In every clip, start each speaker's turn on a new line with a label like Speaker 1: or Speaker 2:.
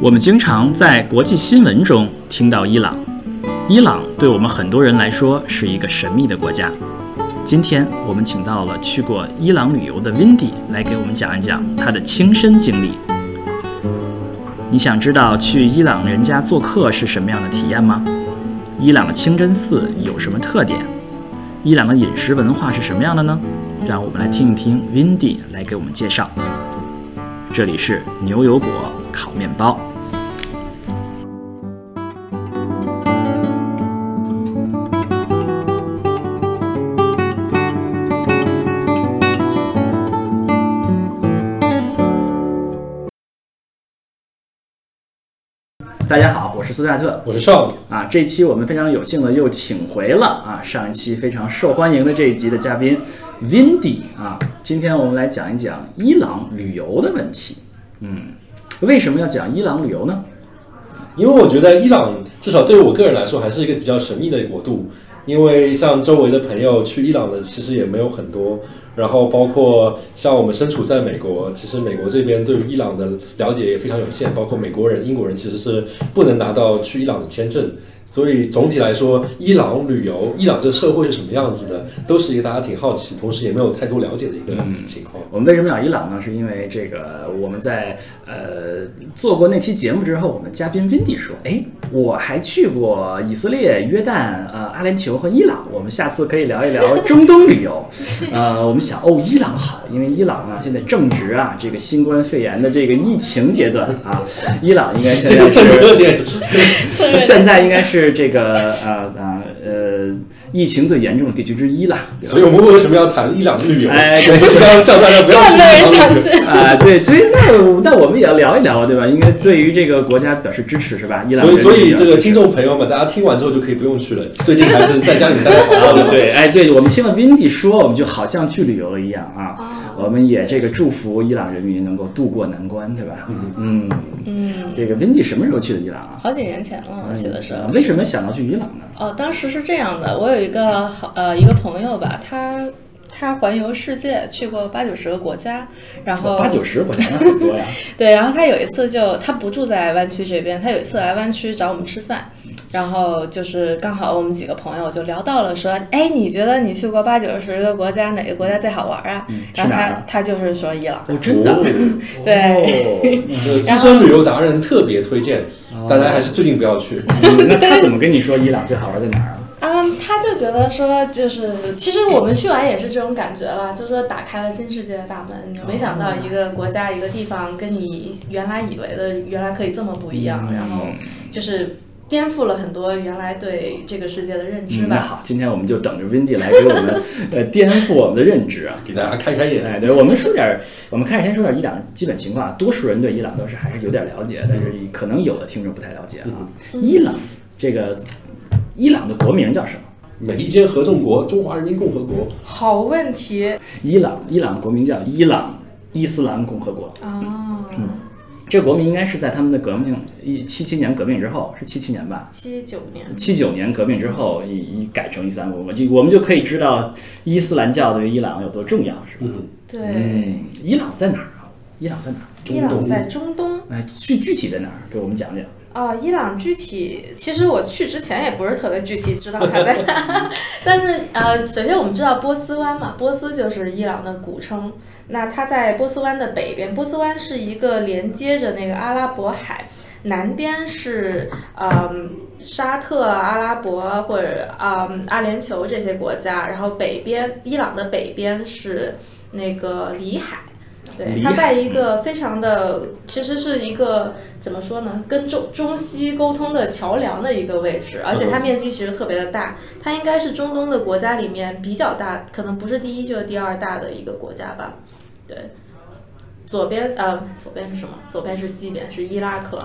Speaker 1: 我们经常在国际新闻中听到伊朗，伊朗对我们很多人来说是一个神秘的国家。今天我们请到了去过伊朗旅游的 Windy 来给我们讲一讲她的亲身经历。你想知道去伊朗人家做客是什么样的体验吗？伊朗的清真寺有什么特点？伊朗的饮食文化是什么样的呢？让我们来听一听 Windy 来给我们介绍。这里是牛油果烤面包。大家好，我是苏亚特，
Speaker 2: 我是少武，
Speaker 1: 啊，这期我们非常有幸的又请回了啊上一期非常受欢迎的这一集的嘉宾 Windy 啊，今天我们来讲一讲伊朗旅游的问题。嗯，为什么要讲伊朗旅游呢？
Speaker 2: 因为我觉得伊朗至少对于我个人来说还是一个比较神秘的国度，因为像周围的朋友去伊朗的其实也没有很多，然后包括像我们身处在美国，其实美国这边对于伊朗的了解也非常有限，包括美国人、英国人其实是不能拿到去伊朗的签证。所以总体来说，伊朗旅游、伊朗这个社会是什么样子的，都是一个大家挺好奇，同时也没有太多了解的一个情况。
Speaker 1: 我们为什么要伊朗呢？是因为这个我们在呃做过那期节目之后，我们嘉宾 Windy 说，哎，我还去过以色列、约旦、呃阿联酋和伊朗，我们下次可以聊一聊中东旅 游。呃，我们想哦，伊朗好，因为伊朗呢现在正值啊这个新冠肺炎的这个疫情阶段啊，伊朗应该现
Speaker 2: 这个
Speaker 1: 在
Speaker 2: 蹭热点，
Speaker 1: 现在应该是这个呃呃呃疫情最严重的地区之一了。对吧
Speaker 2: 所以我们为什么要谈伊朗的旅游？
Speaker 1: 哎对
Speaker 2: 我们要叫大家不要去伊
Speaker 3: 更多人
Speaker 2: 朗
Speaker 3: 想
Speaker 2: 旅游。
Speaker 3: 去。
Speaker 1: 啊、对对，那我那我们也要聊一聊，对吧？应该对于这个国家表示支持是吧？伊朗
Speaker 2: 所以，所以
Speaker 1: 人民
Speaker 2: 这
Speaker 1: 表示
Speaker 2: 个听众朋友们，大家听完之后就可以不用去了。最近还是在家里待着好好
Speaker 1: 哦
Speaker 2: 的。
Speaker 1: 对，哎，对我们听了 Vindy 说，我们就好像去旅游了一样啊。
Speaker 3: 哦
Speaker 1: 我们也这个祝福伊朗人民能够渡过难关，对吧？嗯，
Speaker 3: 嗯，
Speaker 1: 这个 Vindy 什么时候去的伊朗啊？
Speaker 3: 好几年前了，我嗯去的时候。
Speaker 1: 为什么想到去伊朗呢？
Speaker 3: 哦，当时是这样的，我有一个好呃一个朋友吧，他他环游世界，去过八九十个国家，然后
Speaker 1: 八九十国家那很多 呀。
Speaker 3: 对，然后他有一次就他不住在湾区这边，他有一次来湾区找我们吃饭，然后就是刚好我们几个朋友就聊到了说，哎，你觉得你去过八九十个国家，哪个国家最好玩啊？然
Speaker 1: 去
Speaker 3: 后
Speaker 1: 哪
Speaker 3: 他
Speaker 1: 儿啊
Speaker 3: 他就是说伊朗，
Speaker 1: 哦，真的。
Speaker 3: 对。
Speaker 1: 哦，
Speaker 2: 这个资深旅游达人特别推荐，大家还是最近不要去。
Speaker 1: 嗯那他怎么跟你说伊朗最好玩在哪儿啊？
Speaker 3: 嗯，他就觉得说，就是其实我们去完也是这种感觉了，就是说打开了新世界的大门。你没想
Speaker 1: 哦
Speaker 3: 到一个国家、一个地方跟你原来以为的原来可以这么不一样，
Speaker 1: 嗯
Speaker 3: 然后就是颠覆了很多原来对这个世界的认知
Speaker 1: 嗯那
Speaker 3: 吧。
Speaker 1: 好，今天我们就等着 Vindy 来给我们呃颠覆我们的认知啊。
Speaker 2: 给大家开开眼，
Speaker 1: 哎，对，我们说点儿，我们开始先说点儿伊朗基本情况。多数人对伊朗都是还是有点了解，但是可能有的听众不太了解啊。伊朗这个，伊朗的国名叫什么？
Speaker 2: 美利坚合众国，中华人民共和国。
Speaker 3: 好问题
Speaker 1: 伊朗，伊朗国名叫伊朗伊斯兰共和国。
Speaker 3: 啊！
Speaker 1: 嗯这个国名应该是在他们的革命一七七年革命之后，是七七年吧？
Speaker 3: 七九年，
Speaker 1: 七九年革命之后，已已改成伊斯兰共和国，就我们就可以知道伊斯兰教对于伊朗有多重要，是吧？
Speaker 2: 嗯，
Speaker 3: 对，
Speaker 1: 嗯，伊朗在哪儿啊？伊朗在哪儿？
Speaker 3: 伊
Speaker 2: 中
Speaker 3: 朗
Speaker 2: 东。
Speaker 3: 在中东。
Speaker 1: 哎，具具体在哪儿？给我们讲讲。
Speaker 3: 啊、伊朗具体其实我去之前也不是特别具体知道它在， 哪，但是呃，首先我们知道波斯湾嘛，波斯就是伊朗的古称。那它在波斯湾的北边，波斯湾是一个连接着那个阿拉伯海，南边是呃沙特、啊阿拉伯或者啊、呃阿联酋这些国家，然后北边伊朗的北边是那个里海。对，
Speaker 1: 里
Speaker 3: 它
Speaker 1: 海
Speaker 3: 在一个非常的，其实是一个怎么说呢，跟中中西沟通的桥梁的一个位置，而
Speaker 1: 嗯
Speaker 3: 且它面积其实特别的大，它应该是中东的国家里面比较大，可能不是第一就是第二大的一个国家吧。对，左边呃，左边是什么？左边是西边是伊拉克，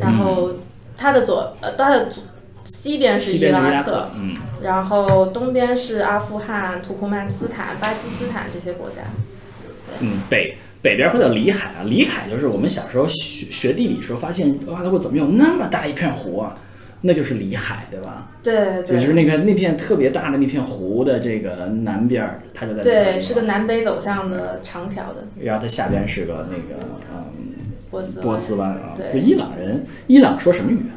Speaker 3: 然后它的左呃它的左西边
Speaker 1: 嗯
Speaker 3: 是
Speaker 1: 西
Speaker 3: 伊
Speaker 1: 边的伊
Speaker 3: 拉
Speaker 1: 拉
Speaker 3: 克，
Speaker 1: 克，嗯，
Speaker 3: 然后东边是阿富汗、土库曼斯坦、巴基斯坦这些国家。
Speaker 1: 嗯，北北边会叫里海啊，里海就是我们小时候学学地理时候发现，哇，它会怎么有那么大一片湖啊？那就是里海，对吧？
Speaker 3: 对
Speaker 1: 就
Speaker 3: 对
Speaker 1: 是那个那片特别大的那片湖的这个南边儿，它就在里海
Speaker 3: 对，
Speaker 1: 嘛
Speaker 3: 是个南北走向的长条的。
Speaker 1: 然后它下边是个那个嗯
Speaker 3: 波斯湾
Speaker 1: 波斯湾啊，
Speaker 3: 对
Speaker 1: 就伊朗人，伊朗说什么语啊？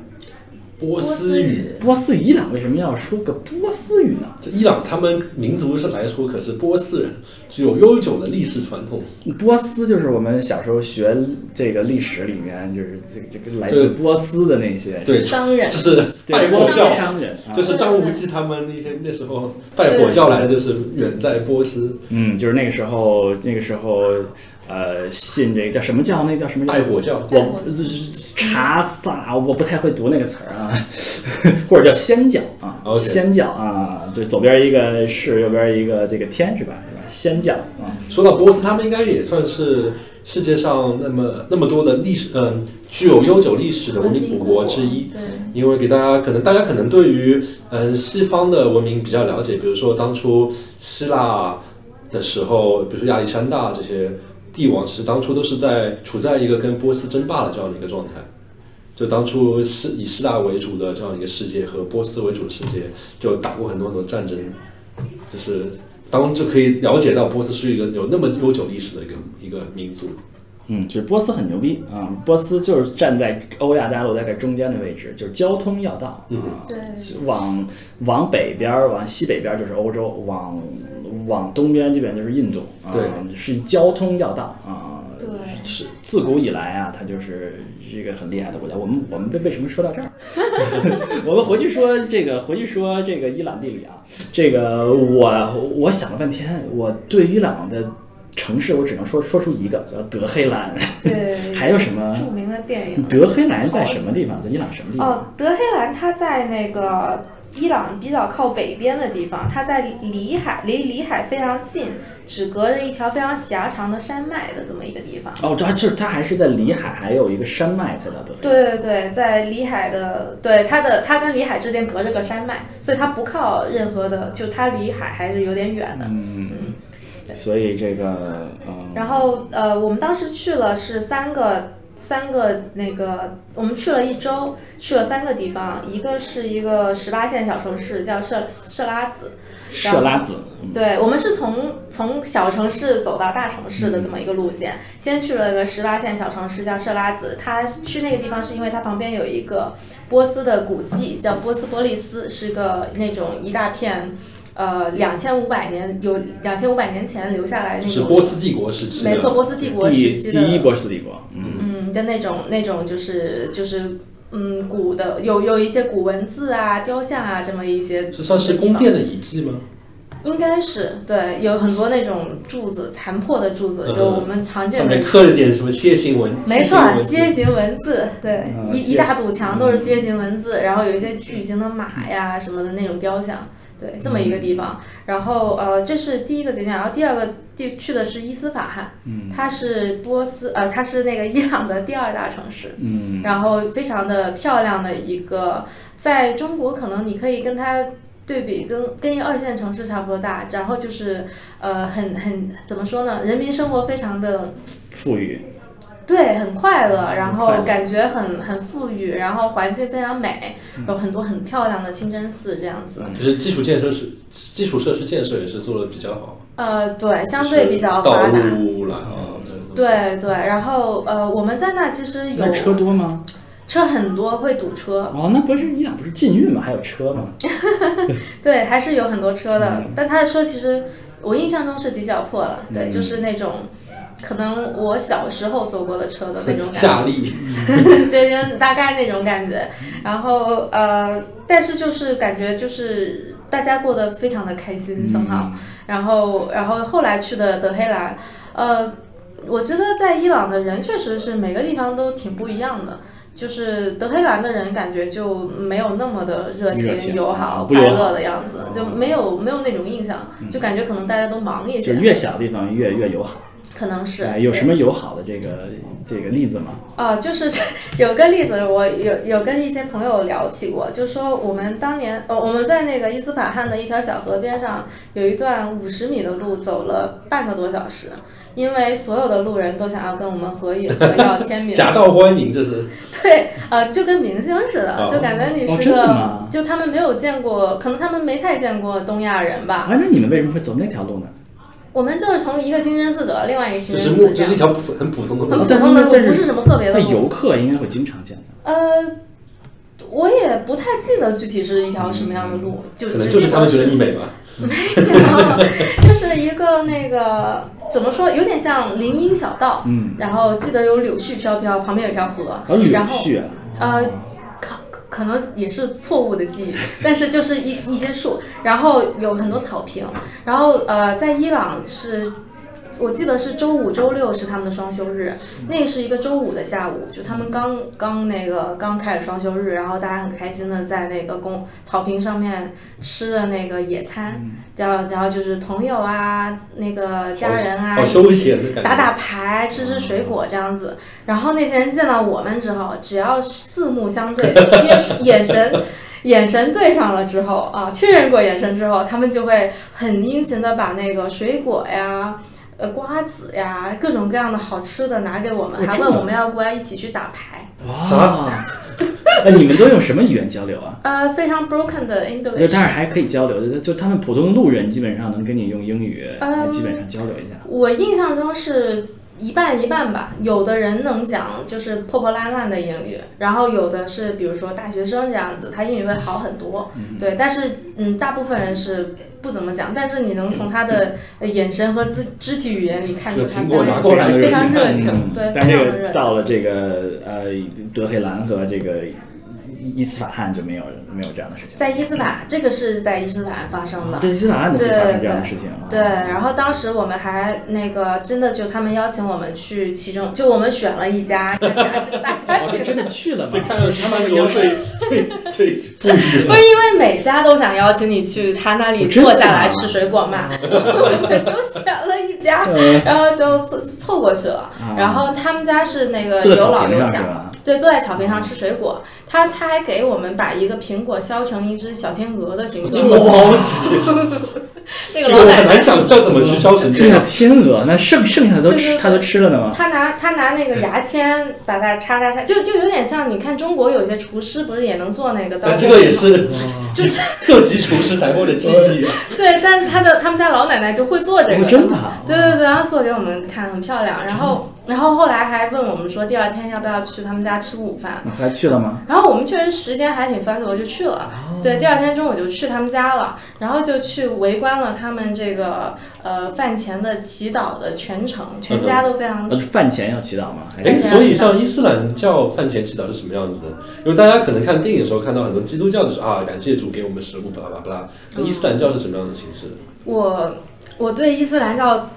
Speaker 4: 波斯语。
Speaker 1: 波斯伊朗为什么要说个波斯语呢？
Speaker 2: 这伊朗他们民族是来说可是波斯人，具有悠久的历史传统。
Speaker 1: 波斯就是我们小时候学这个历史里面，就是这个这个来自
Speaker 2: 对
Speaker 1: 波斯的那些
Speaker 2: 对，
Speaker 3: 商人
Speaker 2: 就，是拜
Speaker 1: 对
Speaker 2: 火
Speaker 1: 波斯
Speaker 2: 教，
Speaker 1: 商人，啊
Speaker 2: 就是张无忌他们那天那时候拜火教来的，就是远在波斯
Speaker 1: 嗯，就是那个时候那个时候呃信这个叫什么教？那个叫什么教？
Speaker 2: 拜火教。
Speaker 3: 对
Speaker 1: 我查萨，我不太会读那个词儿啊， 或者叫仙教啊
Speaker 2: OK
Speaker 1: 仙教啊，就左边一个是，右边一个这个天是吧？是吧？仙教啊，
Speaker 2: 说到波斯，他们应该也算是世界上那么那么多的历史，嗯，具有悠久历史的文明古国之一。
Speaker 3: 对，
Speaker 2: 因为给大家可能大家可能对于嗯西方的文明比较了解，比如说当初希腊的时候，比如说亚历山大这些帝王，其实当初都是在处在一个跟波斯争霸的这样的一个状态。就当初是以希腊为主的这样一个世界和波斯为主的世界，就打过很多很多战争，就是当就可以了解到波斯是一个有那么悠久历史的一个一个民族。
Speaker 1: 嗯，就是波斯很牛逼啊，波斯就是站在欧亚大陆大概中间的位置，就是交通要道
Speaker 2: 嗯
Speaker 1: 啊，
Speaker 3: 对
Speaker 1: 往往北边儿，往西北边儿就是欧洲，往往东边基本就是印度，啊、
Speaker 2: 对，
Speaker 1: 是交通要道啊，
Speaker 3: 对
Speaker 1: 是自古以来啊，它就是一个很厉害的国家。我们我们为为什么说到这儿？我们回去说这个，回去说这个伊朗地理啊。这个我我想了半天，我对伊朗的城市我只能说说出一个，叫德黑兰。
Speaker 3: 对，
Speaker 1: 还有什么？
Speaker 3: 著名的电影
Speaker 1: 德黑兰在什么地方？在伊朗什么地方？
Speaker 3: 哦，德黑兰它在那个伊朗比较靠北边的地方，它在里海，离里海非常近，只隔着一条非常狭长的山脉的这么一个地方。
Speaker 1: 哦，这还就是它还是在里海，还有一个山脉才叫德黑兰。
Speaker 3: 对对对，在里海的，对它的，它跟里海之间隔着个山脉，所以它不靠任何的，就它离海还是有点远的。
Speaker 1: 嗯，所以这个嗯，
Speaker 3: 然后呃，我们当时去了是三个三个那个，我们去了一周，去了三个地方，一个是一个十八线小城市叫设设拉子，然后
Speaker 1: 设拉子，嗯
Speaker 3: 对我们是从从小城市走到大城市的
Speaker 1: 嗯
Speaker 3: 这么一个路线，先去了个十八线小城市叫设拉子，它去那个地方是因为它旁边有一个波斯的古迹叫波斯波利斯，是个那种一大片。呃，两千五百年有两千五百年前留下来哎那
Speaker 2: 就
Speaker 3: 种
Speaker 2: 是波斯帝国时期的，
Speaker 3: 没错，波斯帝国
Speaker 1: 第
Speaker 3: 时
Speaker 1: 一
Speaker 3: 期
Speaker 1: 第一
Speaker 3: 的，
Speaker 1: 波斯帝国，嗯，
Speaker 3: 嗯，的那种那种就是就是嗯古的有有一些古文字啊、雕像啊这么一些，
Speaker 2: 这算是宫殿的遗迹吗？
Speaker 3: 应该是对，有很多那种柱子残破的柱子，
Speaker 2: 嗯
Speaker 3: 就我们常见
Speaker 2: 上
Speaker 3: 的
Speaker 2: 面。刻了点什么楔形文，
Speaker 3: 没错，
Speaker 2: 楔形文
Speaker 3: 楔形文字，对，
Speaker 1: 嗯嗯
Speaker 3: 一一
Speaker 1: 楔
Speaker 3: 大堵墙都是楔形文字，然后有一些巨型的马呀什么的那种雕像，对，这么一个
Speaker 1: 嗯
Speaker 3: 地方。然后呃，这是第一个景点，然后第二个地去的是伊斯法罕，
Speaker 1: 嗯
Speaker 3: 它是波斯呃，它是那个伊朗的第二大城市，
Speaker 1: 嗯，
Speaker 3: 然后非常的漂亮的一个，在中国可能你可以跟它对比，跟跟一个二线城市差不多大，然后就是呃很很怎么说呢，人民生活非常的
Speaker 1: 富裕，
Speaker 3: 对，嗯很快乐，然
Speaker 1: 快
Speaker 3: 后
Speaker 1: 乐
Speaker 3: 感觉很很富裕，然后环境非常美，有很多很漂亮的清真寺这样子。
Speaker 2: 就是基础建设是基础设施建设也是做的比较好，
Speaker 3: 呃，对，相对比较
Speaker 2: 道
Speaker 3: 发达。
Speaker 2: 路啦，啊，对，
Speaker 3: 对对，然后呃，我们在那其实有
Speaker 1: 那车多吗？
Speaker 3: 车很多，会堵车，
Speaker 1: 哦，那不是伊朗不是禁运吗？还有车吗？
Speaker 3: 对，还是有很多车的，但他的车其实我印象中是比较破了，对，就是那种可能我小时候坐过的车的那种感
Speaker 2: 夏
Speaker 3: 觉，
Speaker 2: 利
Speaker 3: 对，就是大概那种感觉。然后呃，但是就是感觉就是大家过得非常的开
Speaker 1: 嗯
Speaker 3: 心，很好。然后然后后来去的德黑兰，呃，我觉得在伊朗的人确实是每个地方都挺不一样的。就是德黑兰的人感觉就没有那么的热
Speaker 1: 热情
Speaker 3: 情、友好、
Speaker 1: 不
Speaker 3: 快
Speaker 1: 友好嗯
Speaker 3: 乐的样子，就没有没有那种印象，就感觉可能大家都忙一
Speaker 1: 就
Speaker 3: 些，
Speaker 1: 越小地方越越友好，
Speaker 3: 可能嗯是
Speaker 1: 哎，有
Speaker 3: 对
Speaker 1: 什么友好的这个这个例子吗？
Speaker 3: 啊，就是 这有个例子，我有有跟一些朋友聊起过，就说我们当年，呃，我们在那个伊斯法罕的一条小河边上，有一段五十米的路，走了半个多小时，因为所有的路人都想要跟我们合影和要签 名，
Speaker 2: 假道欢迎，这是
Speaker 3: 对，呃，就跟明星似的，就感觉
Speaker 1: 哦
Speaker 3: 你是
Speaker 1: 真的
Speaker 3: 个，
Speaker 1: 吗
Speaker 3: 就他们没有见过，可能他们没太见过东亚人吧，
Speaker 1: 啊，那你们为什么会走那条路呢？
Speaker 3: 我们就是从一个清真寺走到另外一个清
Speaker 2: 就
Speaker 3: 真
Speaker 2: 是
Speaker 3: 寺，
Speaker 2: 木，
Speaker 3: 这
Speaker 2: 就是
Speaker 3: 样
Speaker 2: 一条普很普通的
Speaker 3: 很
Speaker 2: 路
Speaker 3: 普。通的路，
Speaker 5: 但是
Speaker 3: 不是什么特别的
Speaker 5: 那
Speaker 3: 路。
Speaker 5: 游客应该会经常见到。
Speaker 3: 呃，我也不太记得具体是一条什么样的路，就
Speaker 2: 嗯可
Speaker 3: 只
Speaker 2: 能就
Speaker 3: 记
Speaker 2: 是他们
Speaker 3: 得
Speaker 2: 觉得你
Speaker 3: 是
Speaker 2: 美吧，
Speaker 3: 就是一个那个怎么说，有点像林荫小道。
Speaker 5: 嗯，
Speaker 3: 然后记得有柳絮飘飘，旁边有一条河，
Speaker 5: 而柳
Speaker 3: 然后
Speaker 5: 絮啊，
Speaker 3: 呃，可可能也是错误的记忆，但是就是一一些树，然后有很多草坪，然后呃，在伊朗是。我记得是周五、周六是他们的双休日，那是一个周五的下午，就他们刚刚那个刚开始双休日，然后大家很开心的在那个公草坪上面吃的那个野餐，
Speaker 2: 嗯
Speaker 3: 然后然后就是朋友啊，那个家人啊，
Speaker 2: 好
Speaker 3: 一
Speaker 2: 休
Speaker 3: 起
Speaker 2: 闲的感觉。
Speaker 3: 打打牌、吃吃水果这样子。然后那些人见到我们之后，只要四目 相对，接触眼神。眼神对上了之后啊，确认过眼神之后，他们就会很殷勤的把那个水果呀、呃瓜子呀、各种各样的好吃的拿给我
Speaker 5: 哦
Speaker 3: 们，还
Speaker 5: 这
Speaker 3: 问
Speaker 5: 么
Speaker 3: 我们要不要一起去打牌。
Speaker 5: 哇，那你们都用什么语言交流啊？
Speaker 3: 呃，非常 broken 的
Speaker 5: 就
Speaker 3: English
Speaker 5: 但。是还可以交流，就他们普通路人基本上能跟你用英语，
Speaker 3: 嗯
Speaker 5: 基本上交流一下。
Speaker 3: 我印象中是一半一半吧，有的人能讲就是破破烂烂的英语，然后有的是比如说大学生这样子，他英语会好很多，对，但是嗯，大部分人是。不怎么讲，但是你能从他的呃眼神和肢肢体语言里看出
Speaker 2: 就
Speaker 3: 他
Speaker 2: 苹果
Speaker 3: 非常
Speaker 2: 拿过来
Speaker 3: 非常热情，
Speaker 5: 嗯
Speaker 3: 对，
Speaker 5: 但
Speaker 3: 非
Speaker 5: 这
Speaker 3: 常的热
Speaker 5: 个
Speaker 3: 情。
Speaker 5: 到了这个呃德黑兰和这个伊伊斯法罕就没有没有这样的事情。
Speaker 3: 在伊斯法，这个是在伊斯法发生的，
Speaker 2: 啊
Speaker 5: 这伊斯法罕都会发生这样的事情啊？
Speaker 3: 对，然后当时我们还那个真的就他们邀请我们去其中，就我们选了一家，看起来是个大家
Speaker 5: 哦，
Speaker 3: 庭
Speaker 5: 你，真的去了吗
Speaker 2: 这？看上去曼谷最最最富裕
Speaker 3: 不
Speaker 2: 的
Speaker 3: 是因为每家都想邀请你去他那里坐
Speaker 5: 啊
Speaker 3: 下来吃水果 嘛，我们就选了一家，
Speaker 5: 呃
Speaker 3: 然后就凑凑过去了。 然后他们家是那个
Speaker 5: 啊坐在
Speaker 3: 有
Speaker 5: 草
Speaker 3: 老
Speaker 5: 坪
Speaker 3: 有
Speaker 5: 上是
Speaker 3: 小，
Speaker 5: 吧？啊
Speaker 3: 对，坐在草坪上吃水果。他他还给我们把一个苹果削成一只小天鹅的形
Speaker 2: 这
Speaker 3: 状，
Speaker 2: 么高级，这
Speaker 3: 那个
Speaker 2: 个
Speaker 3: 老
Speaker 2: 我
Speaker 3: 奶
Speaker 2: 很难
Speaker 3: 奶。
Speaker 2: 想象怎么去消成这
Speaker 5: 对呀，
Speaker 2: 样。
Speaker 5: 天鹅那剩剩下的都
Speaker 3: 对对
Speaker 5: 吃，
Speaker 3: 对
Speaker 5: 他都吃了的吗？
Speaker 3: 他拿他拿那个牙签把它叉叉叉，就就有点像你看中国有些厨师不是也能做那个刀
Speaker 2: 但
Speaker 5: 啊
Speaker 3: 工
Speaker 2: 这个也
Speaker 3: 吗
Speaker 2: 是
Speaker 3: 就这
Speaker 2: 特级厨师才会的技艺啊！
Speaker 3: 对，但他的他们家老奶奶就会做这
Speaker 5: 哦
Speaker 3: 个，
Speaker 5: 真的啊，
Speaker 3: 对对对，然后做给我们看，很漂亮。然后，然后后来还问我们说，第二天要不要去他们家吃午饭？
Speaker 5: 你后来去了吗？
Speaker 3: 然后我们确实时间还挺 flexible，就去了。对，第二天中午就去他们家了，然后就去围观了他们这个呃饭前的祈祷的全程，全家都非常
Speaker 1: 嗯
Speaker 5: 呃，饭前要祈祷吗？还
Speaker 2: 哎，
Speaker 5: 是
Speaker 3: 对啊
Speaker 2: 所以像伊斯兰教饭前祈祷是什么样子的？因为大家可能看电影的时候看到很多基督教就是啊，感谢主给我们食物，巴拉巴拉巴拉。
Speaker 3: 嗯
Speaker 2: 那伊斯兰教是什么样的形式？
Speaker 3: 我我对伊斯兰教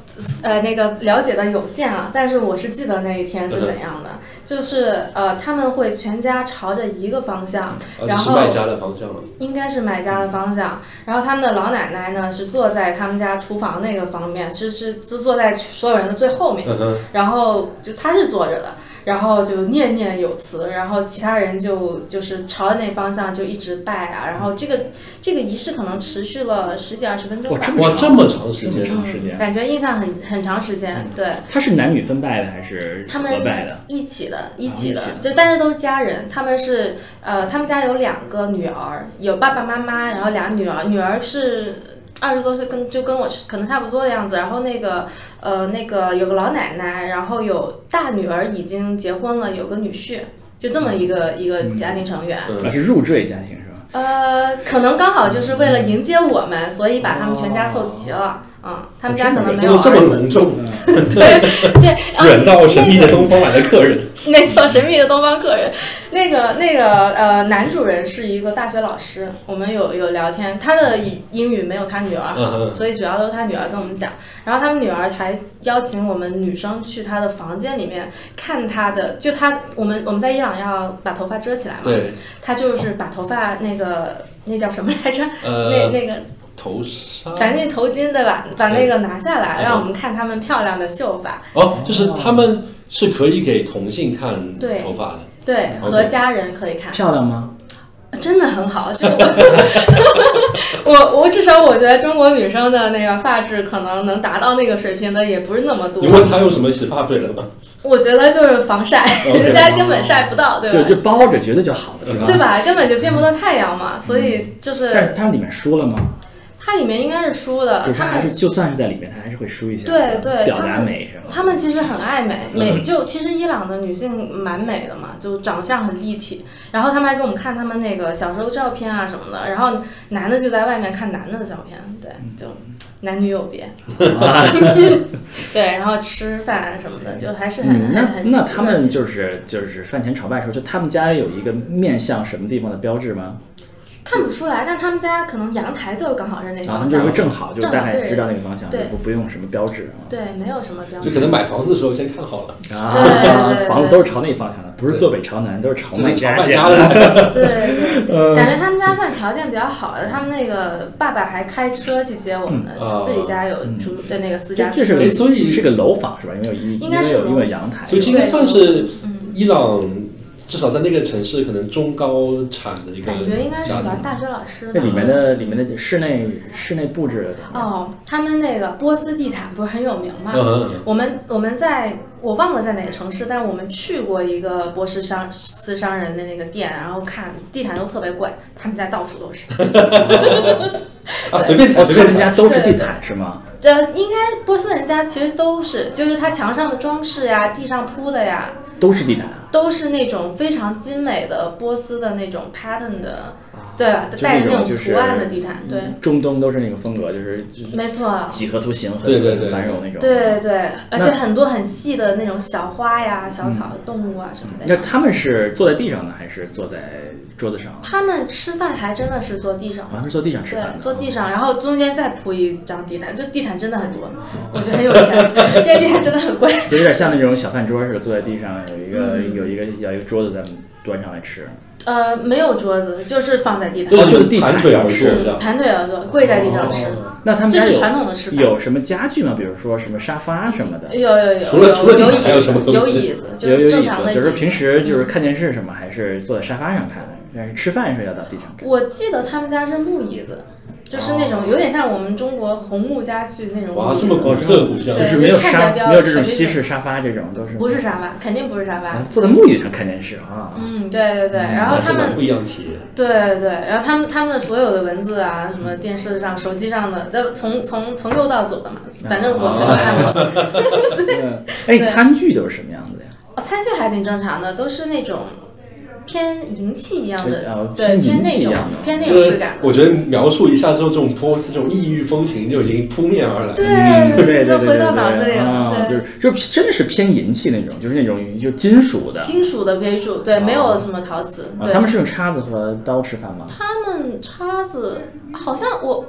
Speaker 3: 呃那个了解的有限啊，但是我是记得那一天是怎样的，就是呃他们会全家朝着一个方向，
Speaker 2: 啊，
Speaker 3: 然
Speaker 2: 就是
Speaker 3: 后
Speaker 2: 卖家的方向了。
Speaker 3: 应该是买家的方向。然后他们的老奶奶呢是坐在他们家厨房那个方面，是是是坐在所有人的最后面，
Speaker 2: 嗯哼，
Speaker 3: 然后就她是坐着的，然后就念念有词，然后其他人就就是朝着那方向就一直拜啊。然后这个这个仪式可能持续了十几二十分钟
Speaker 5: 哇
Speaker 3: 吧
Speaker 5: 这。
Speaker 2: 哇，这么长时
Speaker 5: 这么
Speaker 2: 间，
Speaker 5: 长时间
Speaker 3: 嗯，感觉印象很很长时间，对
Speaker 5: 他是男女分拜的还是
Speaker 3: 他们
Speaker 5: 合拜的？
Speaker 3: 一起的，一起的
Speaker 5: 一起，的
Speaker 3: 就但是都是家人，他们是呃，他们家有两个女儿，有爸爸妈妈，然后俩女儿，女儿是二十多岁，跟就跟我可能差不多的样子，然后那个呃那个有个老奶奶，然后有大女儿已经结婚了，有个女婿，就这么一个、一个家庭成员，
Speaker 5: 啊，
Speaker 2: 嗯，
Speaker 5: 是入赘家庭是吧？
Speaker 3: 呃，可能刚好就是为了迎接我们，所以把他们全家凑齐了，嗯，他们家可能没
Speaker 2: 这
Speaker 3: 有
Speaker 2: 么
Speaker 3: 儿
Speaker 2: 这么
Speaker 3: 子，
Speaker 2: 隆重，
Speaker 3: 对对，啊
Speaker 2: 远到神秘的
Speaker 3: 那个
Speaker 2: 东方来的客人。
Speaker 3: 没错，神秘的东方客人。那个那个呃，男主人是一个大学老师，我们有有聊天，他的语英语没有他女儿
Speaker 2: 嗯
Speaker 3: 好，
Speaker 2: 哼，
Speaker 3: 所以主要都是他女儿跟我们讲。然后他们女儿还邀请我们女生去他的房间里面看他的，就他我们我们在伊朗要把头发遮起来嘛，
Speaker 2: 对，
Speaker 3: 他就是把头发那个那叫什么来着？那
Speaker 2: 呃，
Speaker 3: 那个
Speaker 2: 头纱。
Speaker 3: 反正头巾对吧？把那个拿下来，
Speaker 2: 嗯
Speaker 3: 让我们看他们漂亮的秀发。
Speaker 2: 哦，就是他们是可以给同性看
Speaker 3: 对
Speaker 2: 头发的，
Speaker 3: 对，
Speaker 2: OK
Speaker 3: 和家人可以看。
Speaker 5: 漂亮吗？
Speaker 3: 真的很好，就我我 我至少我觉得中国女生的那个发质可能能达到那个水平的也不是那么多
Speaker 2: 你。问他用什么洗发水了吗？
Speaker 3: 我觉得就是防晒，人
Speaker 2: OK
Speaker 3: 家根本晒不到，对
Speaker 5: 就
Speaker 3: 吧？
Speaker 5: 就包着绝对就好了，是吧？
Speaker 3: 对吧？根本就见不到太阳嘛，所以就
Speaker 5: 但是
Speaker 3: 是
Speaker 5: 它里面说了吗？
Speaker 3: 它里面应该是输的
Speaker 1: 就，是
Speaker 3: 他
Speaker 1: 他还
Speaker 3: 们
Speaker 1: 是就算是在里面，他还是会输一些，
Speaker 3: 对对
Speaker 1: 表
Speaker 3: 他
Speaker 1: 达
Speaker 3: 们
Speaker 1: 美是吧？
Speaker 3: 他们其实很爱美，美就其实伊朗的女性蛮美的嘛，就长相很立体。然后他们还给我们看他们那个小时候照片啊什么的，然后男的就在外面看男的的照片，对，就男女有别。对，然后吃饭什么的，就还是很、
Speaker 1: 嗯，
Speaker 3: 很
Speaker 1: 那
Speaker 3: 很
Speaker 1: 那他
Speaker 3: 热
Speaker 1: 们
Speaker 3: 情
Speaker 1: 就是就是饭前炒饭的时候，就他们家有一个面向什么地方的标志吗？
Speaker 3: 看不出来，但他们家可能阳台就刚好是那
Speaker 1: 然后他
Speaker 3: 方
Speaker 1: 啊们就
Speaker 3: 向
Speaker 1: 会。正好就
Speaker 3: 正好
Speaker 1: 大概
Speaker 3: 对
Speaker 1: 知道那个方向，就
Speaker 3: 对
Speaker 1: 不不用什么标志啊。
Speaker 3: 对，没有什么标
Speaker 2: 就
Speaker 3: 准
Speaker 2: 可。能买房子的时候先看好了，
Speaker 1: 啊
Speaker 3: 对 对，
Speaker 1: 房子都是朝那方向的，不是坐北朝南，都是朝
Speaker 2: 就
Speaker 1: 卖
Speaker 2: 是
Speaker 1: 家
Speaker 2: 炒卖
Speaker 1: 建
Speaker 2: 家的。
Speaker 3: 对，
Speaker 1: 呃
Speaker 3: 对，感觉他们家算条件比较好的，他们那个爸爸还开车去接我们呢，
Speaker 2: 嗯
Speaker 3: 自己家有
Speaker 1: 嗯
Speaker 3: 住对那个私
Speaker 1: 这
Speaker 3: 家
Speaker 1: 这
Speaker 3: 车。
Speaker 1: 是个
Speaker 2: 哎所以
Speaker 1: 是个楼房是吧？因为有一
Speaker 3: 应
Speaker 1: 因
Speaker 3: 该
Speaker 1: 为
Speaker 3: 是
Speaker 1: 有
Speaker 3: 楼
Speaker 1: 因为阳台，
Speaker 2: 所以这应
Speaker 1: 有
Speaker 2: 该算是
Speaker 3: 嗯，
Speaker 2: 伊朗至少在那个城市可能中高产的一个家
Speaker 3: 感
Speaker 2: 庭，
Speaker 3: 觉应该是吧，大学老师吧
Speaker 1: 那。里面
Speaker 3: 嗯
Speaker 1: 的里面的室内室内布置的怎么样？
Speaker 3: 哦，他们那个波斯地毯不是很有名吗？
Speaker 2: 嗯，
Speaker 3: 我们我们在我忘了在哪个城市，但我们去过一个波斯商斯商人的那个店，然后看地毯都特别贵，他们家到处 都是。哦
Speaker 2: 啊，随 便
Speaker 1: 我
Speaker 2: 挑，随
Speaker 1: 看
Speaker 2: 便
Speaker 1: 人
Speaker 2: 挑。
Speaker 1: 家都是地毯是吗？
Speaker 3: 这应该波斯人家其实都是，就是他墙上的装饰呀，地上铺的呀，
Speaker 1: 都是地毯啊，
Speaker 3: 都是那种非常精美的波斯的那种 pattern 的，对吧
Speaker 1: 啊就？
Speaker 3: 带着
Speaker 1: 那
Speaker 3: 那
Speaker 1: 种
Speaker 3: 种
Speaker 1: 就是嗯
Speaker 3: 图案的地毯，对，
Speaker 1: 中东都是那个风格，就是就是
Speaker 3: 没错。
Speaker 1: 几何图形很
Speaker 2: 对对
Speaker 1: 很
Speaker 2: 对
Speaker 1: 繁荣那种。
Speaker 3: 对对，而且
Speaker 1: 那嗯
Speaker 3: 很多很细的那种小花呀、小草、动物啊什么的。
Speaker 1: 那他们是坐在地上呢，还是坐在桌子上啊？
Speaker 3: 他们吃饭还真的是坐地上
Speaker 1: 好，啊像是坐地上吃
Speaker 3: 对
Speaker 1: 饭，的。
Speaker 3: 坐地上，然后中间再铺一张地毯，就地毯真的很
Speaker 1: 哦
Speaker 3: 多， 我觉得很有钱，因为地毯真的很贵。
Speaker 1: 所以有点像那种小饭桌似的，坐在地上有一个、
Speaker 3: 嗯
Speaker 1: 有一个有一个桌子在端上来吃。
Speaker 3: 呃，没有桌子，就是放在地毯
Speaker 2: 对，
Speaker 1: 哦，就是
Speaker 2: 是
Speaker 1: 地毯
Speaker 2: 盘腿而坐
Speaker 1: 是啊
Speaker 2: 这样
Speaker 3: 嗯，。盘腿而坐，跪在地上吃，
Speaker 2: 哦
Speaker 1: 那他们
Speaker 3: 这
Speaker 1: 家
Speaker 3: 是
Speaker 1: 有
Speaker 3: 传统的吃法。
Speaker 1: 有什么家具吗？比如说什么沙发什么的？
Speaker 3: 有有有，
Speaker 2: 除了除了地
Speaker 3: 有
Speaker 2: 毯还有什么
Speaker 3: 椅
Speaker 2: 东西
Speaker 3: 子，有椅子，就
Speaker 1: 有有
Speaker 3: 是正
Speaker 1: 椅
Speaker 3: 常的
Speaker 1: 子，
Speaker 3: 椅
Speaker 1: 就是
Speaker 3: 子。
Speaker 1: 平时就是看电视什么，还是坐在沙发上看，但是吃饭是要到地上看。
Speaker 3: 我记得他们家是木椅子，就是那种有点像我们中国红木家具那种
Speaker 2: 哇，
Speaker 3: 木椅
Speaker 2: 这
Speaker 3: 子。
Speaker 2: 么古色古
Speaker 1: 就
Speaker 2: 香，
Speaker 3: 对
Speaker 1: 是没有
Speaker 3: 看起来
Speaker 1: 沙，
Speaker 3: 比较
Speaker 1: 没有这种
Speaker 3: 传
Speaker 1: 西
Speaker 3: 统
Speaker 1: 式沙发，这种都是
Speaker 3: 不是沙发，肯定不是沙
Speaker 1: 啊
Speaker 3: 发。
Speaker 1: 坐在木椅上看电视啊。
Speaker 3: 嗯，对对对，然后
Speaker 2: 那
Speaker 3: 他
Speaker 2: 是蛮
Speaker 3: 们
Speaker 2: 不一样的体验。
Speaker 3: 对对对，然后他们他们的所有的文字啊，什么电视上、手机上的，都从从从右到左的嘛，反正我全都看过。
Speaker 1: 嗯 哎，餐具都是什么样子的呀？
Speaker 3: 哦，餐具还挺正常的，都是那种偏银器一样的
Speaker 1: 对哦，
Speaker 3: 对，
Speaker 1: 偏
Speaker 3: 偏
Speaker 1: 银器
Speaker 3: 那
Speaker 1: 一
Speaker 3: 种
Speaker 1: 样的
Speaker 3: 偏那
Speaker 2: 就
Speaker 3: 种
Speaker 2: 是
Speaker 3: 质感的。
Speaker 2: 我觉得描述一下之后，这种波斯这种异域风情就已经扑面而来。
Speaker 1: 嗯对对
Speaker 3: 对，
Speaker 1: 对
Speaker 3: 就
Speaker 1: 对
Speaker 3: 回到脑子里
Speaker 1: 啊
Speaker 3: 了。
Speaker 1: 就
Speaker 3: 对，
Speaker 1: 是就是真的是偏银器那种，就是那种就金属的。
Speaker 3: 金属的为主，对，没有什么陶瓷。
Speaker 1: 哦啊，
Speaker 3: 对，
Speaker 1: 他们是用叉子和刀吃饭吗？
Speaker 3: 他们叉子好像我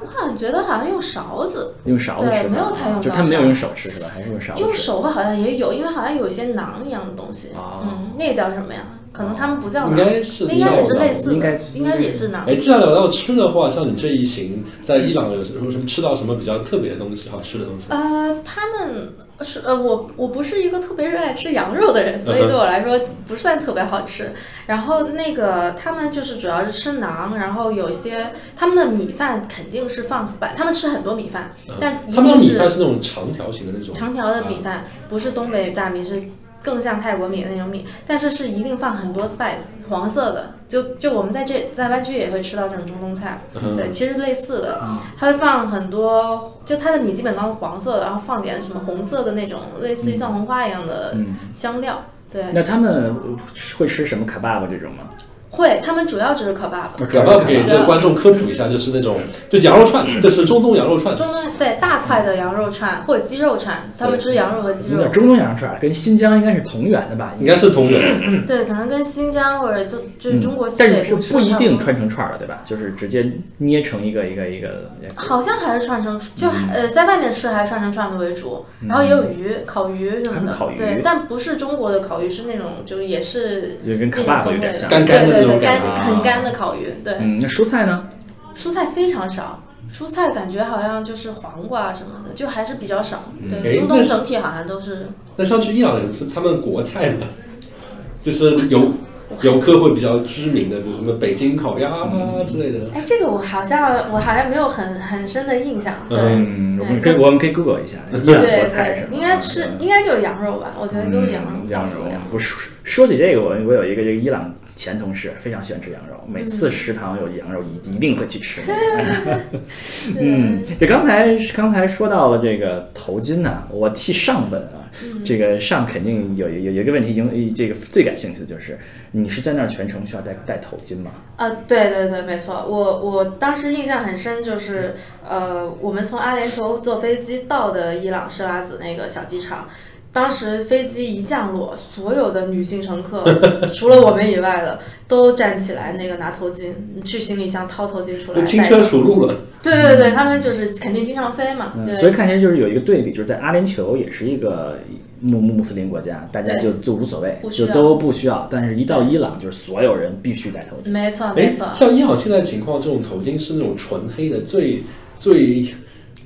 Speaker 3: 我好像觉得好像用勺子，
Speaker 1: 用勺子吃
Speaker 3: 对，
Speaker 1: 饭？
Speaker 3: 没有太用刀
Speaker 1: 就
Speaker 3: 叉，
Speaker 1: 他们没有用手吃是吧？还是用勺子吃？
Speaker 3: 用手吧，好像也有，因为好像有一些馕一样的东西。
Speaker 1: 哦
Speaker 3: 嗯，那个叫什么呀？可能他们不叫
Speaker 2: 应
Speaker 3: 馕，
Speaker 2: 该是
Speaker 3: 啊那应该也是类似的，
Speaker 1: 应
Speaker 3: 应
Speaker 1: 该
Speaker 3: 该
Speaker 1: 是
Speaker 3: 也是馕。
Speaker 2: 哎，既然聊到吃的话，像你这一行在伊朗有什么什么吃到什么比较特别的东西，好吃的东西？
Speaker 3: 呃，他们是呃，我我不是一个特别热爱吃羊肉的人，所以对我来说不算特别好吃。然后那个他们就是主要是吃馕，然后有些他们的米饭肯定是放把他们吃很多米饭，但一
Speaker 2: 他们
Speaker 3: 定
Speaker 2: 的米
Speaker 3: 是
Speaker 2: 饭是那种长条形的那种，
Speaker 3: 长条的米饭，不是东北大米，是更像泰国米的那种米，但是是一定放很多 spice，黄色的，就就我们在这在湾区也会吃到这种中东菜，
Speaker 2: 嗯
Speaker 3: 对，其实类似的
Speaker 1: 嗯，
Speaker 3: 它会放很多，就它的米基本都是黄色的，然后放点什么红色的那种类似于像红花一样的
Speaker 1: 嗯，
Speaker 3: 香料，对，
Speaker 1: 那他们会吃什么卡巴巴这种吗？
Speaker 3: 会，他们主要就是 kebab，
Speaker 2: 然后给这个观众科普一下，就是那种就羊肉
Speaker 3: 嗯
Speaker 2: 串，就是中东羊肉串，
Speaker 3: 中东对大块的羊肉串或者鸡肉串，他们吃羊肉和鸡肉
Speaker 1: 嗯那，中东羊肉串跟新疆应该是同源的吧？
Speaker 2: 应该是同源。
Speaker 3: 对，可能跟新疆或者就就
Speaker 1: 嗯
Speaker 3: 中国西
Speaker 1: 但
Speaker 3: 北
Speaker 1: 是
Speaker 3: 部
Speaker 1: 是
Speaker 3: 吃
Speaker 1: 不
Speaker 3: 的
Speaker 1: 一
Speaker 3: 差
Speaker 1: 定
Speaker 3: 多
Speaker 1: 穿成串儿的，对吧？就是直接捏成一个一个一个的。也可以
Speaker 3: 好像还是串成就
Speaker 1: 嗯
Speaker 3: 呃在外面吃还是串成串的为主，然后也有鱼、烤鱼什
Speaker 1: 还有
Speaker 3: 么的，
Speaker 1: 烤鱼
Speaker 3: 对，但不是中国的烤鱼，是那种就也是
Speaker 1: 嗯就跟卡
Speaker 3: 那
Speaker 1: 巴巴有
Speaker 3: 种风味
Speaker 1: 点像。
Speaker 2: 干干的
Speaker 3: 对
Speaker 2: 那
Speaker 3: 对
Speaker 2: 种
Speaker 3: 对，干
Speaker 1: 感觉啊
Speaker 3: 很干的烤鱼，对，
Speaker 1: 嗯，那蔬菜呢？
Speaker 3: 蔬菜非常少。蔬菜感觉好像就是黄瓜啊什么的，就还是比较少。
Speaker 1: 嗯
Speaker 2: 哎
Speaker 3: 对，中
Speaker 2: 那
Speaker 3: 东
Speaker 2: 是
Speaker 3: 整体好像都是
Speaker 2: 那像去伊朗人，他们国菜呢，就是有
Speaker 3: 我
Speaker 2: 游客会比较知名的，比如什么北京烤鸭啊之类的。
Speaker 3: 哎，这个我好像我好像没有很很深的印象，对。
Speaker 1: 嗯，
Speaker 2: 嗯
Speaker 1: 我们可以我们可以 Google 一下，伊
Speaker 3: 对
Speaker 1: 朗国菜是，
Speaker 3: 对
Speaker 1: 吗
Speaker 3: 应该吃，应该就是羊肉吧？我觉得就是羊
Speaker 1: 嗯
Speaker 3: 肉，
Speaker 1: 羊
Speaker 3: 到处
Speaker 1: 肉
Speaker 3: 都羊。
Speaker 1: 不是说起这个，我我有一个这个伊朗前同事非常喜欢吃羊肉，
Speaker 3: 嗯
Speaker 1: 每次食堂有羊肉一一定会去吃那个。嗯
Speaker 3: 对，
Speaker 1: 这刚才刚才说到了这个头巾呢、我替上问啊，
Speaker 3: 嗯
Speaker 1: 这个上肯定有有有一个问题，已经这个最感兴趣的就是，你是在那儿全程需要戴戴头巾吗？
Speaker 3: 啊，对对对，没错，我我当时印象很深，就是呃，我们从阿联酋坐飞机到的伊朗设拉子那个小机场，当时飞机一降落，所有的女性 乘客除了我们以外的都站起来，那个拿头巾去行李箱掏头巾出来
Speaker 2: 就轻
Speaker 3: 戴
Speaker 2: 车嗯
Speaker 3: 上。
Speaker 2: 熟路了，
Speaker 3: 对对对，他们就是肯定经常飞嘛，
Speaker 1: 嗯，
Speaker 3: 对。
Speaker 1: 所以看起来就是有一个对比，就是在阿联酋也是一个穆穆穆斯林国家，大家就就无所谓
Speaker 3: 不，需
Speaker 1: 就
Speaker 3: 要
Speaker 1: 都不需要，但是一到伊朗，就是所有人必须戴头巾。
Speaker 3: 没错，
Speaker 2: 哎
Speaker 3: 没错，，嗯
Speaker 2: 像伊朗现在情况，这种头巾是那种纯黑的，最最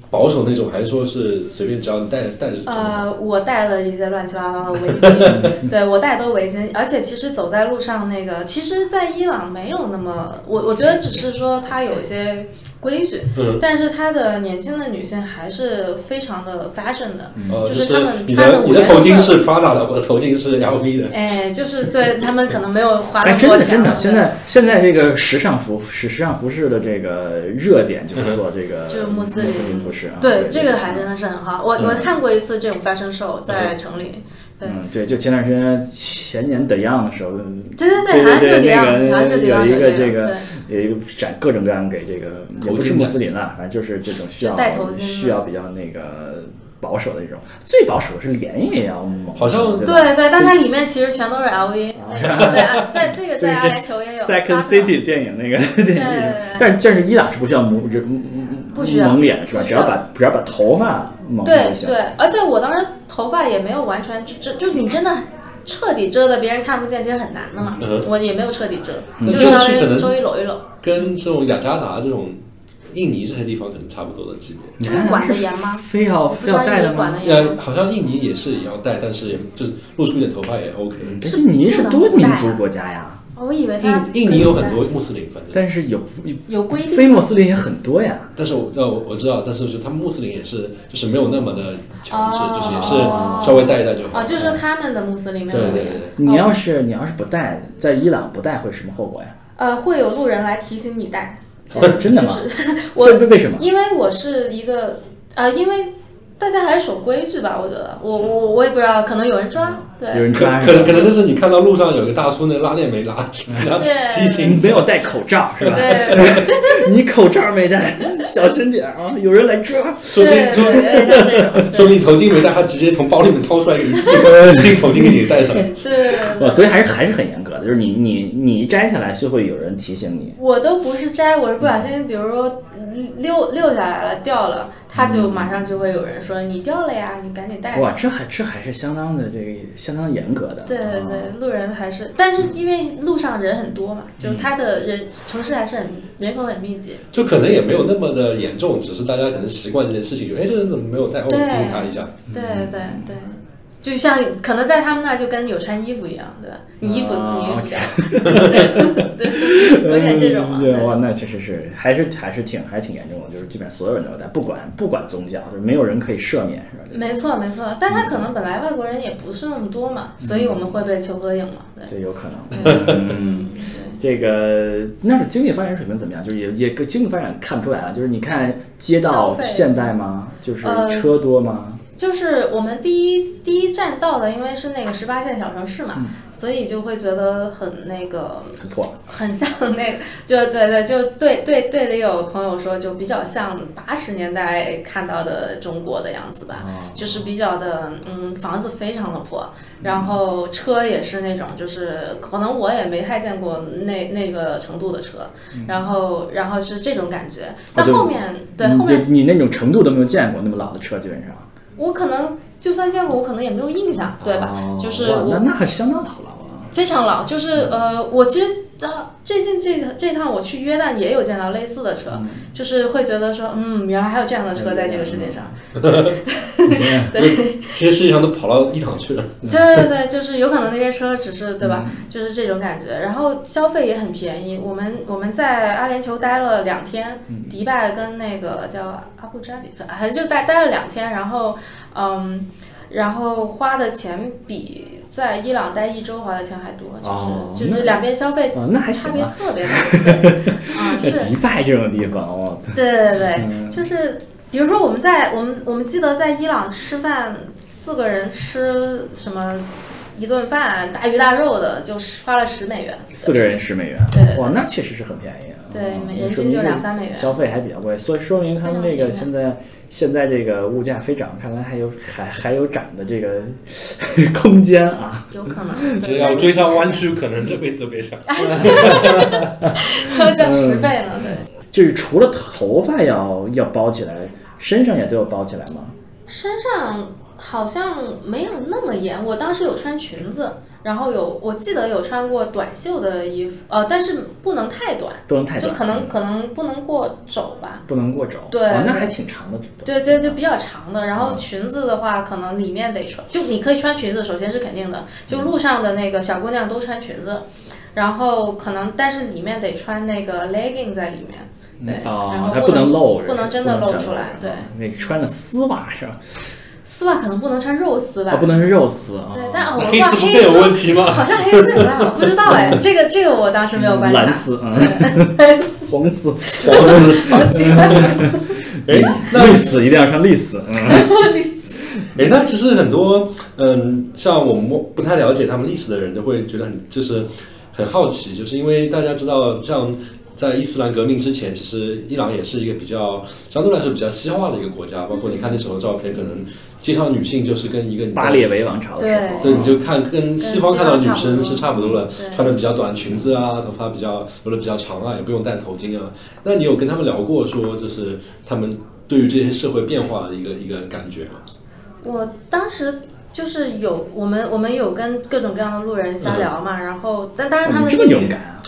Speaker 2: 保守那种，还是说是随便只要你戴着戴着就好？
Speaker 3: 呃，我带了一些乱七八糟的围 巾，对我带都围巾，而且其实走在路上那个，其实，在伊朗没有那么，我我觉得只是说它有一些规矩，
Speaker 2: 嗯，
Speaker 3: 但是它的年轻的女性还是非常的 fashion 的，
Speaker 2: 呃，
Speaker 3: 就
Speaker 2: 就是
Speaker 3: 他们
Speaker 2: 你
Speaker 3: 穿的
Speaker 2: 的
Speaker 3: 五
Speaker 2: 你的
Speaker 3: 颜
Speaker 2: 头
Speaker 3: 六
Speaker 2: 巾
Speaker 3: 色
Speaker 2: 是 Prada 的，我的头巾是 LV 的。
Speaker 3: 哎，就是对他们可能没有花
Speaker 1: 哎，
Speaker 3: 那么
Speaker 1: 真
Speaker 3: 多
Speaker 1: 的
Speaker 3: 钱
Speaker 1: 真
Speaker 3: 了，
Speaker 1: 的，现在现在这个时尚服时时尚服饰的这个热点就是做这个
Speaker 3: 就是穆斯林
Speaker 1: 林服饰啊。
Speaker 3: 对这个还真的是很好，我我
Speaker 2: 嗯
Speaker 3: 看过一次这种 fashion show 在城里，对
Speaker 1: 嗯，对，就前段时间前年德阳的时候，
Speaker 3: 对对
Speaker 1: 对对
Speaker 3: 好像就
Speaker 1: 对
Speaker 3: 这样，
Speaker 1: 那个
Speaker 3: 好像就这样，
Speaker 1: 有一个
Speaker 3: 这
Speaker 1: 这个
Speaker 3: 对
Speaker 1: 有一个展各种各样给这个也不是穆斯林啊，反正就是这种需要
Speaker 3: 就戴头巾
Speaker 1: 需要比较那个保守的这种，最保守的是连夜要蒙，
Speaker 2: 好像
Speaker 1: 对吧
Speaker 3: 对对，但它里面其实全都是 LV，对啊，在这个在阿联酋也有
Speaker 1: Second City 电影那个电影里面
Speaker 3: 对，
Speaker 1: 但但是伊朗是不需要蒙人蒙蒙
Speaker 3: 不需要
Speaker 1: 蒙脸是吧？
Speaker 3: 不
Speaker 1: 只
Speaker 3: 需要
Speaker 1: 要把只要把头发蒙上
Speaker 3: 对
Speaker 1: 就行。
Speaker 3: 对，而且我当时头发也没有完全遮遮，就你真的彻底遮的别人看不见，其实很难的嘛。
Speaker 2: 嗯
Speaker 3: 我也没有彻底遮，
Speaker 2: 嗯
Speaker 3: 就是稍微
Speaker 2: 这样去可能
Speaker 3: 周一搂一搂，
Speaker 2: 跟这种雅加达这种印尼这些地方可能差不多的级别。
Speaker 1: 你
Speaker 3: 他
Speaker 1: 看
Speaker 3: 们管得严吗？
Speaker 1: 非要
Speaker 3: 我不
Speaker 1: 非
Speaker 3: 知
Speaker 1: 嗯哦要
Speaker 3: 道
Speaker 1: 戴
Speaker 3: 印
Speaker 1: 的
Speaker 3: 尼管
Speaker 1: 吗
Speaker 3: 得？严
Speaker 2: 呃，
Speaker 3: 吗。
Speaker 2: 好像印尼也是也要戴，但是也就是露出一点头发也 OK。
Speaker 3: 是
Speaker 1: 印尼是多民
Speaker 3: 不
Speaker 1: 族
Speaker 3: 能
Speaker 1: 国家呀，
Speaker 3: 哦我以为嗯他
Speaker 2: 印印尼有很多穆斯林，反正，
Speaker 1: 但是有
Speaker 3: 有规定，啊
Speaker 1: 非穆斯林也很多呀。
Speaker 2: 但是我呃我我知道，但是就是他们穆斯林也是就是没有那么的强制，
Speaker 3: 哦
Speaker 2: 就是也是稍微戴一戴就好。
Speaker 3: 啊，就是说他们的穆斯林没
Speaker 2: 对
Speaker 3: 有
Speaker 2: 对
Speaker 3: 规
Speaker 2: 对
Speaker 3: 定，
Speaker 2: 对，
Speaker 1: 你要是你要是不戴，在伊朗不戴会什么后果呀？
Speaker 3: 呃，会有路人来提醒你戴。
Speaker 1: 哦真的吗？
Speaker 3: 就是 我
Speaker 1: 为为什么？
Speaker 3: 因为我是一个呃，因为大家还是守规矩吧，我觉得，我我我也不知道，可能有人抓，
Speaker 1: 有
Speaker 3: 对
Speaker 1: 人抓
Speaker 2: 可可能可能就是你看到路上有个大叔那拉链没 拉，然后畸
Speaker 1: 你
Speaker 2: 形
Speaker 1: 没有戴口罩是吧？
Speaker 3: 对
Speaker 1: 你口罩没戴，小心点啊！有人来抓。
Speaker 2: 说不定
Speaker 3: 对
Speaker 2: 说
Speaker 3: 对对，像这种，
Speaker 2: 说不定头巾没戴，他直接从包里面掏出来一个新新头巾给你戴上。
Speaker 3: 对对对
Speaker 1: 哇，
Speaker 3: 对。
Speaker 1: 所以还是还是很严格的，就是你你你一摘下来就会有人提醒你。
Speaker 3: 我都不是摘，我是不小心，比如说溜溜下来了，掉了，他就马上就会有人说你掉了呀，你赶紧戴。
Speaker 1: 嗯哇，这还这还是相当的这个相当严格的。
Speaker 3: 对对
Speaker 1: 啊
Speaker 3: 对，路人还是，但是因为路上人很多嘛，
Speaker 1: 嗯
Speaker 3: 就是他的人城市还是很人口很密集。
Speaker 2: 就可能也没有那么的严重，只是大家可能习惯这件事情，就哎，这人怎么没有戴？哦，我提
Speaker 3: 对
Speaker 2: 醒他一下。
Speaker 3: 对对对，就像可能在他们那就跟有穿衣服一样，对吧？你衣服、
Speaker 1: 啊
Speaker 3: 你衣服掉 了，对，有点这种嘛。
Speaker 1: 嗯对
Speaker 3: 对
Speaker 1: 哇，那确实是，还是还是挺还是挺严重的，就是基本上所有人都有戴，不管不管宗教，就是没有人可以赦免，是吧？
Speaker 3: 没错没错，但他可能本来外国人也不是那么多嘛，所以我们会被求合影嘛，对。
Speaker 1: 这有可能。嗯，这个那是经济发展水平怎么样？就是也也经济发展看不出来了。就是你看街
Speaker 3: 消
Speaker 1: 道
Speaker 3: 费
Speaker 1: 现代吗？就是
Speaker 3: 呃
Speaker 1: 车多吗？
Speaker 3: 就是我们第一第一站到的，因为是那个十八线小城市嘛，所以就会觉得很那个
Speaker 1: 很破。
Speaker 3: 很像那个，就对对，就对对对里有朋友说，就比较像八十年代看到的中国的样子吧，就是比较的，嗯，房子非常的破，然后车也是那种，就是可能我也没太见过那那个程度的车，然后然后是这种感觉，但
Speaker 1: 对
Speaker 3: 后面对
Speaker 1: 你
Speaker 3: 后
Speaker 1: 就
Speaker 3: 面
Speaker 1: 你那种程度都没有见过，那么老的车基本上，
Speaker 3: 我可能就算见过，我可能也没有印象，对吧？
Speaker 1: 哦
Speaker 3: 就是
Speaker 1: 哇那
Speaker 3: 我
Speaker 1: 那还是相当老了啊。
Speaker 3: 非常老，就是呃，我其实啊，最近这个这趟我去约旦也有见到类似的车，就是会觉得说，嗯，原来还有这样的车在这个世界上。对
Speaker 2: 其实世界上都跑到伊朗去 了。
Speaker 3: 嗯对嗯对对，就是有可能那些车只是对吧，就是这种感觉。然后消费也很便宜，我们我们在阿联酋待了两天，迪拜跟那个叫阿布扎比，反正就待待了两天，然后嗯。然后花的钱比在伊朗待一周花的钱还多，就是、
Speaker 1: 哦
Speaker 3: 就是两边消费
Speaker 1: 哦那还
Speaker 3: 差
Speaker 1: 行嗯
Speaker 3: 别
Speaker 1: 啊
Speaker 3: 特别大。对 啊，是，哎
Speaker 1: 迪拜这种地方，我操，
Speaker 3: 对对
Speaker 1: 嗯
Speaker 3: 对，就是比如说我们在我们我们记得在伊朗吃饭，四个人吃什么一顿饭大鱼大肉的，就是花了十美元。
Speaker 1: 四个人十美元
Speaker 3: 对对，对
Speaker 1: 哇，那确实是很便宜啊。
Speaker 3: 对，
Speaker 1: 嗯
Speaker 3: 每
Speaker 1: 那
Speaker 3: 人
Speaker 1: 说
Speaker 3: 均
Speaker 1: 明
Speaker 3: 就
Speaker 1: 这
Speaker 3: 两三美元。
Speaker 1: 消费还比较贵，所以说明他们这个
Speaker 3: 嗯非常
Speaker 1: 现在现在这个物价飞涨，看来还有还还有涨的这个 空间啊。
Speaker 3: 有可能，
Speaker 2: 只
Speaker 3: 对，
Speaker 2: 要追上弯曲，可能这辈子都别想。
Speaker 3: 啊那
Speaker 1: 嗯
Speaker 3: 叫十倍呢，对。
Speaker 1: 就是除了头发要要包起来，身上也都要包起来吗？
Speaker 3: 身上好像没有那么严，我当时有穿裙子，然后有我记得有穿过短袖的衣服，呃，但是不能太短，
Speaker 1: 不能太短，嗯
Speaker 3: 就可能可能不能过肘吧。
Speaker 1: 不能过肘。
Speaker 3: 对
Speaker 1: 哦那还挺长的。
Speaker 3: 对对对，比较长的。然后裙子的话，可能里面得穿，就你可以穿裙子，首先是肯定的。就路上的那个小姑娘都穿裙子，然后可能但是里面得穿那个 legging 在里面。对，然
Speaker 1: 哦
Speaker 3: 后，
Speaker 1: 它
Speaker 3: 不
Speaker 1: 能露嗯着，
Speaker 3: 不能真的
Speaker 1: 不能
Speaker 3: 露
Speaker 1: 全
Speaker 3: 出来。对，
Speaker 1: 那穿着丝袜是吧？
Speaker 3: 丝袜可能不能穿肉丝袜
Speaker 1: 啊，。不能是肉丝啊。
Speaker 3: 对， 但我
Speaker 2: 黑
Speaker 3: 画
Speaker 2: 丝不
Speaker 3: 黑
Speaker 2: 更有
Speaker 3: 丝
Speaker 2: 问题吗？
Speaker 3: 好像黑色吧，我不知道哎，这个这个我当时没有观察。
Speaker 1: 蓝丝啊，
Speaker 3: 蓝
Speaker 1: 红丝、
Speaker 2: 黄丝。
Speaker 3: 好奇怪，
Speaker 2: 哎，那
Speaker 1: 绿丝一定要穿绿丝。嗯
Speaker 2: 哎，那其实很多嗯，像我们不太了解他们历史的人，就会觉得很就是很好奇，就是因为大家知道，像在伊斯兰革命之前，其实伊朗也是一个比较相对来说比较西化的一个国家，包括你看那时候照片，可能街上女性就是跟一个
Speaker 1: 巴列维王朝的时候，
Speaker 2: 对，你就看跟西方看到的女生是差不多的，
Speaker 3: 对
Speaker 2: 穿的比较短裙子啊，头发比较留的比较长啊，也不用戴头巾啊。那你有跟他们聊过说，就是他们对于这些社会变化的一个一个感觉吗？
Speaker 3: 我当时。就是有我们，我们有跟各种各样的路人瞎聊
Speaker 2: 嗯
Speaker 3: 嘛，然后但当然他
Speaker 1: 哦你
Speaker 3: 们
Speaker 1: 这么
Speaker 3: 英
Speaker 1: 勇
Speaker 3: 语
Speaker 1: 敢啊，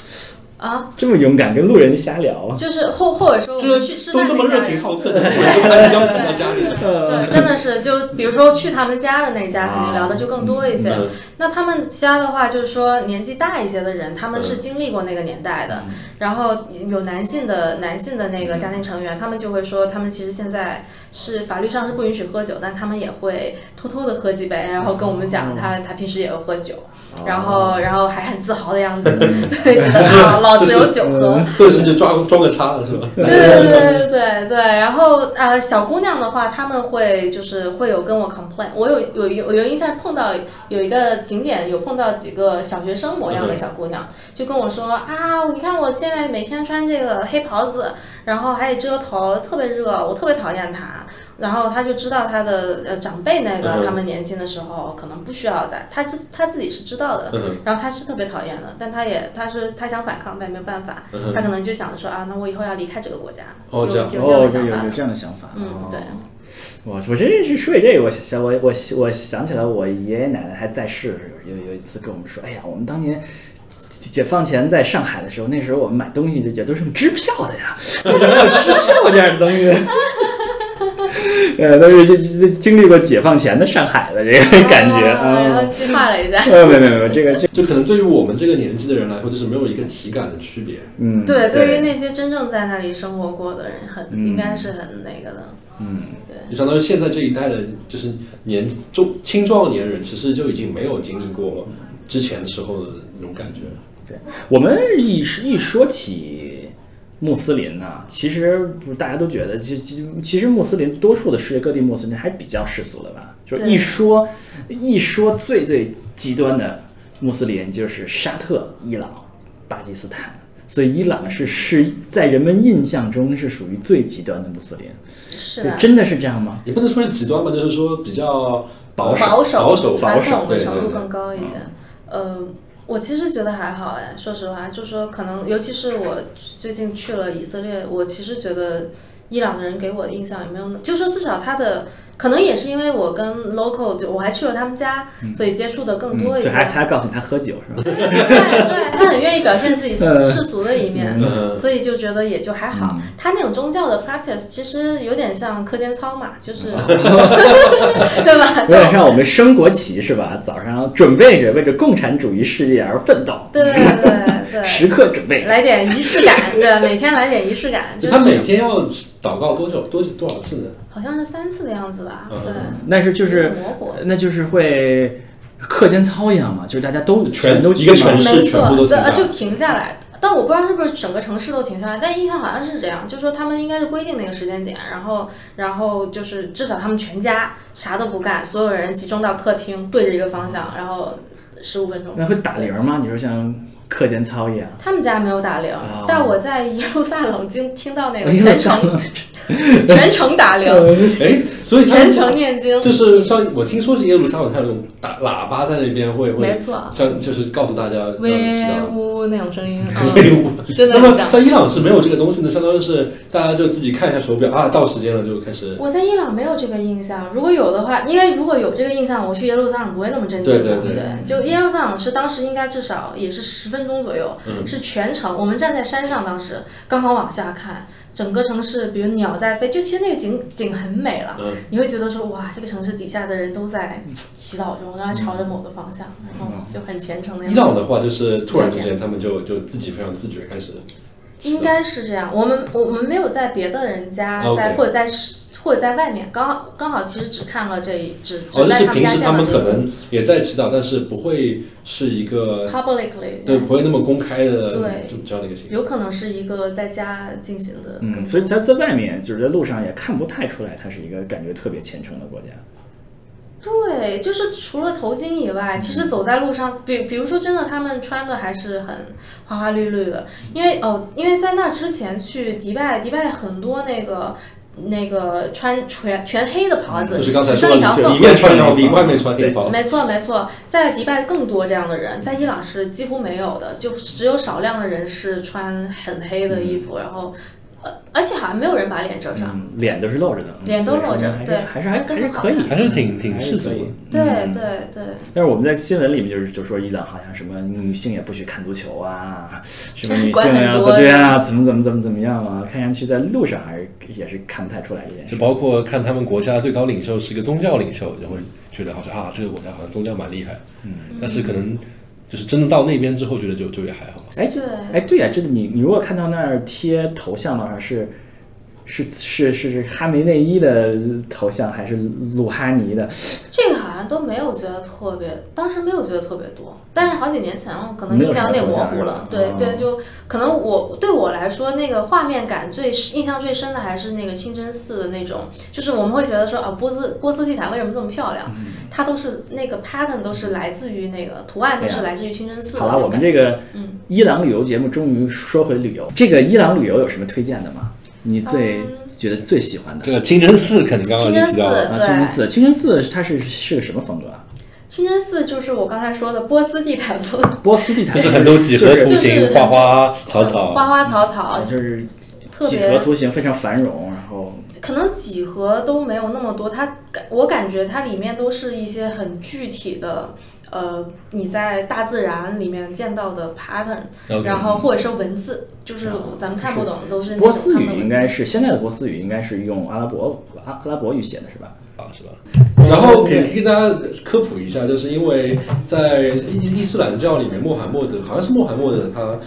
Speaker 3: 啊，
Speaker 1: 这么勇敢跟路人瞎聊啊。
Speaker 3: 就是或或者说我
Speaker 2: 这
Speaker 3: 们去吃
Speaker 2: 都
Speaker 3: 饭
Speaker 2: 这么
Speaker 3: 那
Speaker 2: 热
Speaker 3: 家
Speaker 2: 情
Speaker 3: 人，
Speaker 2: 好 客，怎么就把你邀请到家里
Speaker 3: 对
Speaker 2: 了？
Speaker 3: 对，真的是就比如说去他们家的那家，肯定聊的就更多一些。
Speaker 2: 嗯
Speaker 3: 那他们家的话，就是说年纪大一些的人，他们是经历过那个年代的，
Speaker 2: 嗯
Speaker 3: 然后有男性的男性的那个家庭成员，他们就会说，他们其实现在是法律上是不允许喝酒，但他们也会偷偷的喝几杯，然后跟我们
Speaker 2: 嗯
Speaker 3: 讲他、他平时也有喝酒，
Speaker 1: 哦
Speaker 3: 然后然后还很自豪的样 子，对，觉得啊老子有酒喝。
Speaker 2: 嗯顿时就装装个叉了是 吧？
Speaker 3: 对对对对对对，然后呃，小姑娘的话，他们会就是会有跟我 complain，我有有有有印象碰到有一个景点有碰到几个小学生模样的小姑娘，就跟我说啊，你看我现在每天穿这个黑袍子，然后还得遮头，特别热，我特别讨厌她。然后她就知道她的呃长辈那
Speaker 2: 嗯
Speaker 3: 个他们年轻的时候可能不需要戴，她是她自己是知道的，
Speaker 2: 嗯
Speaker 3: 然后她是特别讨厌的，但她也她是她想反抗，但也没有办法，
Speaker 2: 嗯
Speaker 3: 她可能就想着说啊，那我以后要离开这个国家，
Speaker 2: 哦
Speaker 3: 有
Speaker 2: 这样
Speaker 3: 有这样的
Speaker 1: 哦，
Speaker 3: 想
Speaker 1: 有
Speaker 3: 法
Speaker 1: 有
Speaker 3: 的，
Speaker 1: 这样的想法。
Speaker 3: 嗯
Speaker 1: 哦
Speaker 3: 对。
Speaker 1: 我我真是说起这个，我想我我我想起来，我爷爷奶奶还在世的时候，有有一次跟我们说，哎呀，我们当年解解放前在上海的时候，那时候我们买东西就也都是用支票的呀， 为什么要支票这样的东西？ 呃，都是这这经历过解放前的上海的这个 感觉
Speaker 3: 啊然后
Speaker 1: 啊。
Speaker 3: 计划了一下，
Speaker 1: 呃，没有没有没有，这个这
Speaker 2: 就可能对于我们这个年纪的人来说，就是没有一个体感的区别。
Speaker 1: 嗯，对
Speaker 3: 对，
Speaker 1: 嗯
Speaker 3: 对于那些真正在那里生活过的人，很应该是很那个的，
Speaker 2: 就相当于现在这一代的，就是年中青壮年人，其实就已经没有经历过之前时候的那种感觉。
Speaker 1: 我们一说一说起穆斯林呢、其实不大家都觉得，其实其实其实穆斯林多数的世界各地穆斯林还比较世俗的吧，就是
Speaker 3: 对
Speaker 1: 一说一说最最极端的穆斯林就是沙特、伊朗、巴基斯坦。所以伊朗是是在人们印象中是属于最极端的穆斯林，
Speaker 3: 是啊吧？
Speaker 1: 真的是这样吗？
Speaker 2: 也不能说是极端吧，就是说比较
Speaker 1: 保守
Speaker 2: 保
Speaker 3: 守、
Speaker 2: 保守、
Speaker 3: 传
Speaker 2: 守
Speaker 3: 统的
Speaker 2: 对
Speaker 3: 程度
Speaker 2: 对对
Speaker 3: 更高一些。呃，我其实觉得还好哎，说实话，就说可能，尤其是我最近去了以色列，我其实觉得伊朗的人给我的印象也没有那，就说至少他的可能也是因为我跟 local 就我还去了他们家，所以接触的更多一些。
Speaker 1: 嗯对，还还告诉你他喝酒是 吧？
Speaker 3: 对对，他很愿意表现自己世
Speaker 1: 呃
Speaker 3: 世俗的一面。
Speaker 2: 嗯
Speaker 3: 所以就觉得也就还好，
Speaker 1: 嗯
Speaker 3: 他那种宗教的 practice 其实有点像课间操嘛，就 是，对吧？
Speaker 1: 有点
Speaker 3: 就
Speaker 1: 像我们升国旗是吧？早上准备着为着共产主义世界而奋斗，
Speaker 3: 对对对对，
Speaker 1: 时刻准备。
Speaker 3: 来点仪式感，对，每天来点仪式感，就
Speaker 2: 他每
Speaker 3: 是
Speaker 2: 天要祷告多久？多多少次呢？
Speaker 3: 好像是三次的样子吧，
Speaker 2: 嗯
Speaker 3: 对，
Speaker 1: 但是就是
Speaker 3: 模糊，
Speaker 1: 那就是会课间操一样嘛，就是大家都
Speaker 2: 全
Speaker 1: 全都去
Speaker 2: 一个
Speaker 1: 嘛
Speaker 2: 城市
Speaker 3: 没
Speaker 2: 全部
Speaker 3: 错，
Speaker 2: 都停
Speaker 3: 这
Speaker 2: 下来
Speaker 3: 呃就停下来。但我不知道是不是整个城市都停下来，但印象好像是这样，就说他们应该是规定那个时间点，然后，然后就是至少他们全家啥都不干，所有人集中到客厅，对着一个方向，然后十五分钟。
Speaker 1: 那会打铃吗？你说像课间操一样？
Speaker 3: 他们家没有打铃，
Speaker 2: 哦
Speaker 1: 啊
Speaker 3: 但我在耶路撒冷经听到那个
Speaker 1: 哎呦我
Speaker 3: 全
Speaker 1: 操
Speaker 3: 程全程打铃，
Speaker 2: 哎，所以他
Speaker 3: 全程念经，
Speaker 2: 就是像我听说是耶路撒冷，他有那种打喇叭在那边会
Speaker 3: 没
Speaker 2: 会
Speaker 3: 错，
Speaker 2: 像就是告诉大家让你知
Speaker 3: 威
Speaker 2: 道。
Speaker 3: 呜那 种声音，
Speaker 2: 威
Speaker 3: 嗯，
Speaker 2: 武
Speaker 3: 真的
Speaker 2: 那
Speaker 3: 很
Speaker 2: 么
Speaker 3: 像。
Speaker 2: 像伊朗是没有这个东西的，相当于是大家就自己看一下手表啊，到时间了就开始。
Speaker 3: 我在伊朗没有这个印象，如果有的话，因为如果有这个印象，我去耶路撒冷不会那么震惊的。
Speaker 2: 对对对
Speaker 3: 就耶路撒冷是当时应该至少也是十分钟左右，
Speaker 2: 嗯
Speaker 3: 是全程。我们站在山上，当时刚好往下看，整个城市，比如鸟在飞，就其实那个景景很美了。
Speaker 2: 嗯，
Speaker 3: 你会觉得说哇，这个城市底下的人都在祈祷中，然后朝着某个方向，然
Speaker 2: 嗯
Speaker 3: 后就很虔诚的样
Speaker 2: 伊
Speaker 3: 子。
Speaker 2: 朗的话就是突然之间他们就就自己非常自觉开始。
Speaker 3: 应该是这样。我们我们没有在别的人家
Speaker 2: OK
Speaker 3: 在或者在或者在外面，刚好刚好其实只看了这一只
Speaker 2: 哦，
Speaker 3: 只
Speaker 2: 就
Speaker 3: 在
Speaker 2: 是
Speaker 3: 他们
Speaker 2: 平
Speaker 3: 家
Speaker 2: 时
Speaker 3: 见
Speaker 2: 他
Speaker 3: 到
Speaker 2: 们
Speaker 3: 这
Speaker 2: 可
Speaker 3: 个
Speaker 2: 能也在祈祷，但是不会是一个
Speaker 3: publicly
Speaker 2: 对不会那么公开的
Speaker 3: 对
Speaker 2: 就这样的一个形
Speaker 3: 有可能是一个在家进行的更 多，
Speaker 1: 嗯，所以他在外面就是在路上也看不太出来，他是一个感觉特别虔诚的国家。
Speaker 3: 对，就是除了头巾以外，其实
Speaker 2: 嗯
Speaker 3: 走在路上，比比如说真的，他们穿的还是很花花绿绿的，因为哦，因为在那之前去迪拜，迪拜很多那个。那个穿全全黑的袍子，
Speaker 2: 嗯就是刚才
Speaker 3: 只
Speaker 2: 说
Speaker 3: 剩一条
Speaker 2: 的，就
Speaker 3: 缝
Speaker 2: 里，面穿条皮，外面穿黑袍。
Speaker 3: 没错没错，在迪拜更多这样的人，在伊朗是几乎没有的，就只有少量的人是穿很黑的衣服，然后，呃，而且好像没有人把脸遮上。
Speaker 1: 嗯，脸都是露着的，
Speaker 3: 啊脸都露
Speaker 1: 所
Speaker 3: 着
Speaker 1: 以说还是
Speaker 3: 对
Speaker 1: 还是还
Speaker 3: 那
Speaker 1: 还
Speaker 3: 更
Speaker 1: 是
Speaker 3: 好
Speaker 1: 可以，嗯
Speaker 2: 还是挺挺
Speaker 1: 还
Speaker 2: 世
Speaker 1: 是
Speaker 2: 俗
Speaker 1: 可以
Speaker 2: 的。
Speaker 3: 对
Speaker 1: 嗯
Speaker 3: 对对，
Speaker 1: 但是我们在新闻里面就是就说伊朗好像什么女性也不许看足球啊，什么女性
Speaker 3: 管很
Speaker 1: 啊，
Speaker 3: 多
Speaker 1: 对啊，怎么怎么怎么怎么样啊，看上去在路上还是也是看不太出来一点。
Speaker 2: 就包括看他们国家最高领袖是个宗教领袖，就会觉得好像啊，这个国家好像宗教蛮厉害。嗯，但是可能就是真的到那边之后，觉得就就也还好。
Speaker 1: 哎，
Speaker 3: 对
Speaker 1: 哎，对呀、这个你你如果看到那儿贴头像的话是。是是是是哈梅内伊的头像还是鲁哈尼的？
Speaker 3: 这个好像都没有觉得特别，当时没有觉得特别多，但是好几年前了，可能
Speaker 1: 没有
Speaker 3: 印象有点模糊了。
Speaker 1: 啥印
Speaker 3: 对
Speaker 1: 象
Speaker 3: 对，
Speaker 1: 哦
Speaker 3: 就可能我对我来说，那个画面感最印象最深的还是那个清真寺的那种，就是我们会觉得说啊，波斯波斯地毯为什么这么漂亮？它都是那个 pattern 都是来自于那个图案都
Speaker 1: 嗯对
Speaker 3: 是
Speaker 1: 啊
Speaker 3: 来自于清真寺的
Speaker 1: 好
Speaker 3: 那
Speaker 1: 了，我
Speaker 3: 种感
Speaker 1: 们
Speaker 3: 觉。
Speaker 1: 这个
Speaker 3: 嗯
Speaker 1: 伊朗旅游节目终于说回旅游。这个伊朗旅游有什么推荐的吗？你最
Speaker 3: 嗯
Speaker 1: 觉得最喜欢的？
Speaker 2: 这个清真寺肯定刚刚
Speaker 3: 清
Speaker 2: 就
Speaker 3: 真
Speaker 2: 提
Speaker 3: 寺
Speaker 2: 到了，
Speaker 1: 啊，清真
Speaker 3: 对，
Speaker 1: 寺，清真寺它是是个什么风格啊？
Speaker 3: 清真寺就是我刚才说的波斯地毯风，
Speaker 1: 波斯地毯
Speaker 2: 就是很多几何
Speaker 1: 就
Speaker 2: 图
Speaker 1: 是
Speaker 3: 就是
Speaker 2: 形、花花草
Speaker 3: 花
Speaker 2: 草。
Speaker 3: 花草草，
Speaker 1: 就是
Speaker 3: 特
Speaker 1: 哦嗯几
Speaker 3: 别
Speaker 1: 何图形非常繁荣，然后
Speaker 3: 可能几何都没有那么多，它感我感觉它里面都是一些很具体的，呃，你在大自然里面见到的 pattern，、
Speaker 2: OK，
Speaker 3: 然后或者是文字，就是
Speaker 1: 哦
Speaker 3: 咱们看不懂，都是那
Speaker 1: 波
Speaker 3: 种
Speaker 1: 斯
Speaker 3: 他们
Speaker 1: 语
Speaker 3: 的文字
Speaker 1: 应该是现在的波斯语应该是用阿拉伯阿阿拉伯语写的是吧？
Speaker 2: 啊是吧？
Speaker 1: 嗯
Speaker 2: 然后给给大家科普一下，就是因为在伊伊斯兰教里面，穆罕默德好像是穆罕默德他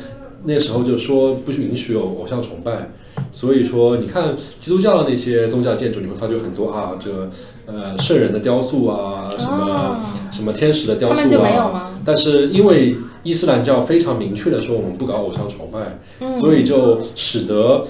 Speaker 2: 那时候就说不允许有偶像崇拜，所以说你看基督教的那些宗教建筑，你会发觉很多啊，这个呃圣人的雕塑啊，什么、
Speaker 3: 哦，
Speaker 2: 什么天使的雕
Speaker 3: 他们就
Speaker 2: 塑
Speaker 3: 没有
Speaker 2: 啊。
Speaker 3: 吗？
Speaker 2: 但是因为伊斯兰教非常明确的说我们不搞偶像崇拜，
Speaker 3: 嗯，
Speaker 2: 所以就使得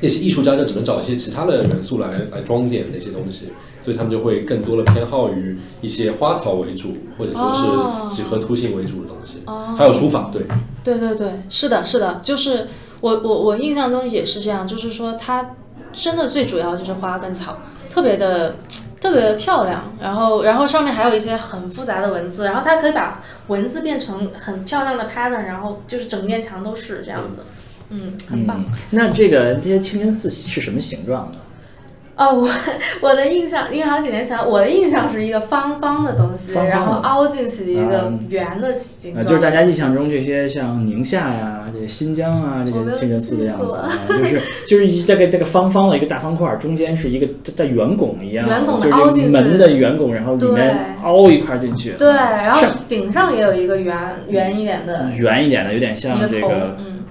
Speaker 2: 那些艺术家就只能找一些其他的元素来来装点那些东西，所以他们就会更多的偏好于一些花草为主，或者
Speaker 3: 哦
Speaker 2: 说是几何图形为主的东西，
Speaker 3: 哦，
Speaker 2: 还有书法，对，
Speaker 3: 对对对，是的，是的，就是我我我印象中也是这样，就是说它真的最主要就是花跟草，特别的特别的漂亮，然后然后上面还有一些很复杂的文字，然后它可以把文字变成很漂亮的 pattern，然后就是整面墙都是这样子，嗯，很棒。
Speaker 1: 那这个这些清真寺是什么形状呢？
Speaker 3: 哦，我我的印象，因为好几年前，我的印象是一个方方的东西，
Speaker 1: 方方的
Speaker 3: 然后凹进去的一个
Speaker 1: 嗯
Speaker 3: 圆的
Speaker 1: 啊，
Speaker 3: 形状，
Speaker 1: 就是大家印象中这些像宁夏呀、这些新疆啊 这些清真寺的样子啊，就是 就是一大概这个方方的一个大方块儿，中间是一个带圆拱一样，
Speaker 3: 圆拱的
Speaker 1: 就
Speaker 3: 凹
Speaker 1: 是
Speaker 3: 进去
Speaker 1: 门的圆拱，然后里面
Speaker 3: 对
Speaker 1: 凹一块儿进去，
Speaker 3: 对，然后
Speaker 1: 上
Speaker 3: 顶上也有一个圆圆一点的
Speaker 1: 圆一点的，有点
Speaker 3: 一
Speaker 1: 像
Speaker 3: 个
Speaker 1: 这
Speaker 3: 头，
Speaker 1: 个
Speaker 3: 嗯，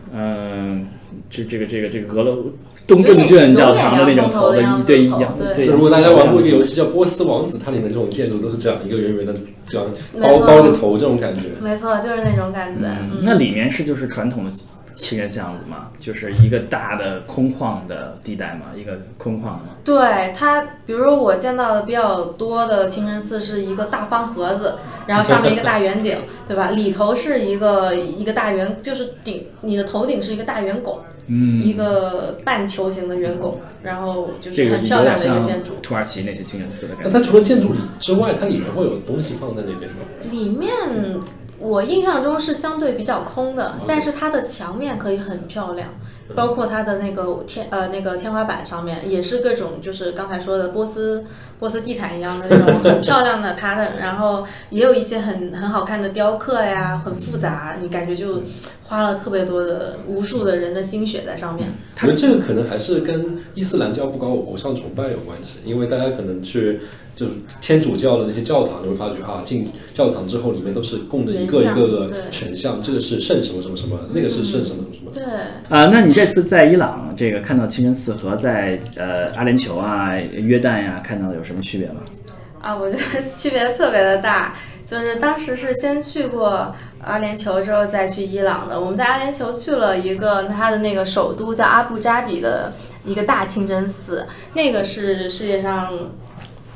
Speaker 1: 嗯，这这个这个这个俄罗东正郡教堂的那种头的一对一样，对，
Speaker 2: 就如果大家玩过一个游戏叫《波斯王子》，它里面这种建筑都是这样一个圆圆的，这样
Speaker 3: 没
Speaker 2: 包包着
Speaker 3: 错，
Speaker 2: 头这种感觉。
Speaker 3: 没错，就是那种感觉，
Speaker 1: 嗯
Speaker 3: 嗯，
Speaker 1: 那里面是就是传统的清真巷子嘛，就是一个大的空旷的地带嘛，一个空旷嘛。
Speaker 3: 对它，比如我见到的比较多的清真寺是一个大方盒子，然后上面一个大圆顶， 对吧？里头是一个一个大圆，就是顶你的头顶是一个大圆拱，
Speaker 1: 嗯，
Speaker 3: 一个半球形的圆拱，然后就
Speaker 1: 这
Speaker 3: 是
Speaker 1: 个
Speaker 3: 很
Speaker 1: 有
Speaker 3: 漂亮
Speaker 1: 点
Speaker 3: 的一个
Speaker 1: 像
Speaker 3: 建筑。
Speaker 1: 土耳其那些清真寺的感
Speaker 2: 那
Speaker 1: 觉。
Speaker 2: 它除了建筑里之外，它里面会有东西放在那边吗？
Speaker 3: 里面我印象中是相对比较空的，但是它的墙面可以很漂亮，包括它的那个天呃那个天花板上面也是各种就是刚才说的波斯波斯地毯一样的那种很漂亮的 pattern，然后也有一些很很好看的雕刻呀，很复杂，你感觉就花了特别多的无数的人的心血在上面。
Speaker 2: 我觉得这个可能还是跟伊斯兰教不搞偶像崇拜有关系，因为大家可能去就是天主教的那些教堂，你会发觉啊，进教堂之后里面都是供着一个一
Speaker 3: 人像
Speaker 2: 个个
Speaker 3: 对
Speaker 2: 神像，这个是圣什么什么什么，那个是圣什么什么什么。
Speaker 3: 对，
Speaker 1: 啊、那你这次在伊朗这个看到清真寺和在呃阿联酋啊、约旦呀、看到的有什么区 别吗？
Speaker 3: 啊，我觉得区别特别的大。就是当时是先去过阿联酋，之后再去伊朗的。我们在阿联酋去了一个它的那个首都叫阿布扎比的一个大清真寺，那个是世界上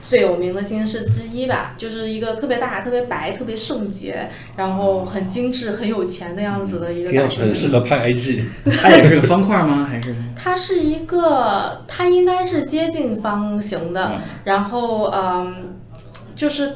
Speaker 3: 最有名的清真寺之一吧，就是一个特别大、特别白、特别圣洁，然后很精致、很有钱的样子的一个大清真寺。
Speaker 2: 合拍 IG，
Speaker 1: 它也是个方块吗？还是
Speaker 3: 它是一个，它应该是接近方形的，
Speaker 1: 嗯
Speaker 3: 然后嗯，就是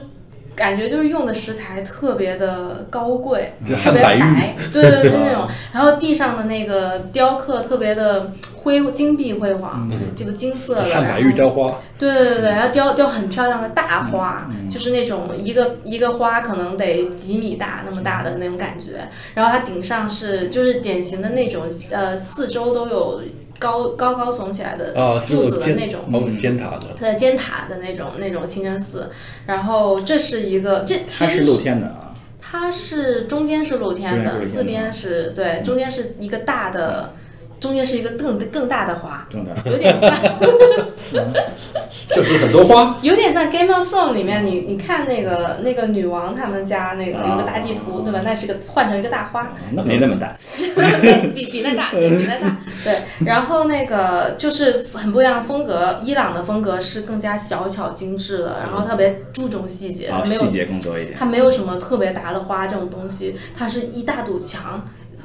Speaker 3: 感觉就是用的食材特别的高贵，
Speaker 2: 就
Speaker 3: 特
Speaker 2: 汉
Speaker 3: 别
Speaker 2: 白玉，
Speaker 3: 白，对对对那种。然后地上的那个雕刻特别的辉金碧辉煌，这个金色的，
Speaker 2: 嗯汉白
Speaker 3: 然
Speaker 2: 玉
Speaker 3: 后
Speaker 2: 雕花，
Speaker 3: 对对对，然后雕雕很漂亮的大花，
Speaker 1: 嗯
Speaker 3: 就是那种一个一个花可能得几米大那么大的那种感觉。然后它顶上是就是典型的那种呃四周都有高高高耸起来的
Speaker 1: 哦
Speaker 2: 啊是
Speaker 3: 柱
Speaker 2: 有
Speaker 3: 子的
Speaker 2: 尖
Speaker 3: 那种。
Speaker 2: 还有尖塔的。
Speaker 3: 呃，尖塔的那种那种清真寺，然后这是一个，这其
Speaker 1: 它是
Speaker 3: 实
Speaker 1: 露天的啊？
Speaker 3: 它是中间是露天
Speaker 1: 中间是露天
Speaker 3: 的，
Speaker 1: 的嗯
Speaker 3: 四边是对，中间是一个大的，中间是一个更更大的花，
Speaker 1: 中的。
Speaker 3: 有点像
Speaker 2: 就是很多花，
Speaker 3: 有点像《Game of Thrones》里面，你你看那个那个女王他们家那个
Speaker 1: 啊
Speaker 3: 有个大地图，对吧？那是个换成一个大 花，
Speaker 1: 哦那没那么大，
Speaker 3: 对比比那 大，对比那大。对，然后那个就是很不一样的风格，伊朗的风格是更加小巧精致的，然后特别注重细节，
Speaker 1: 然后
Speaker 3: 没有
Speaker 1: 啊细节更多一点。
Speaker 3: 它没有什么特别大的花这种东西，它是一大堵墙，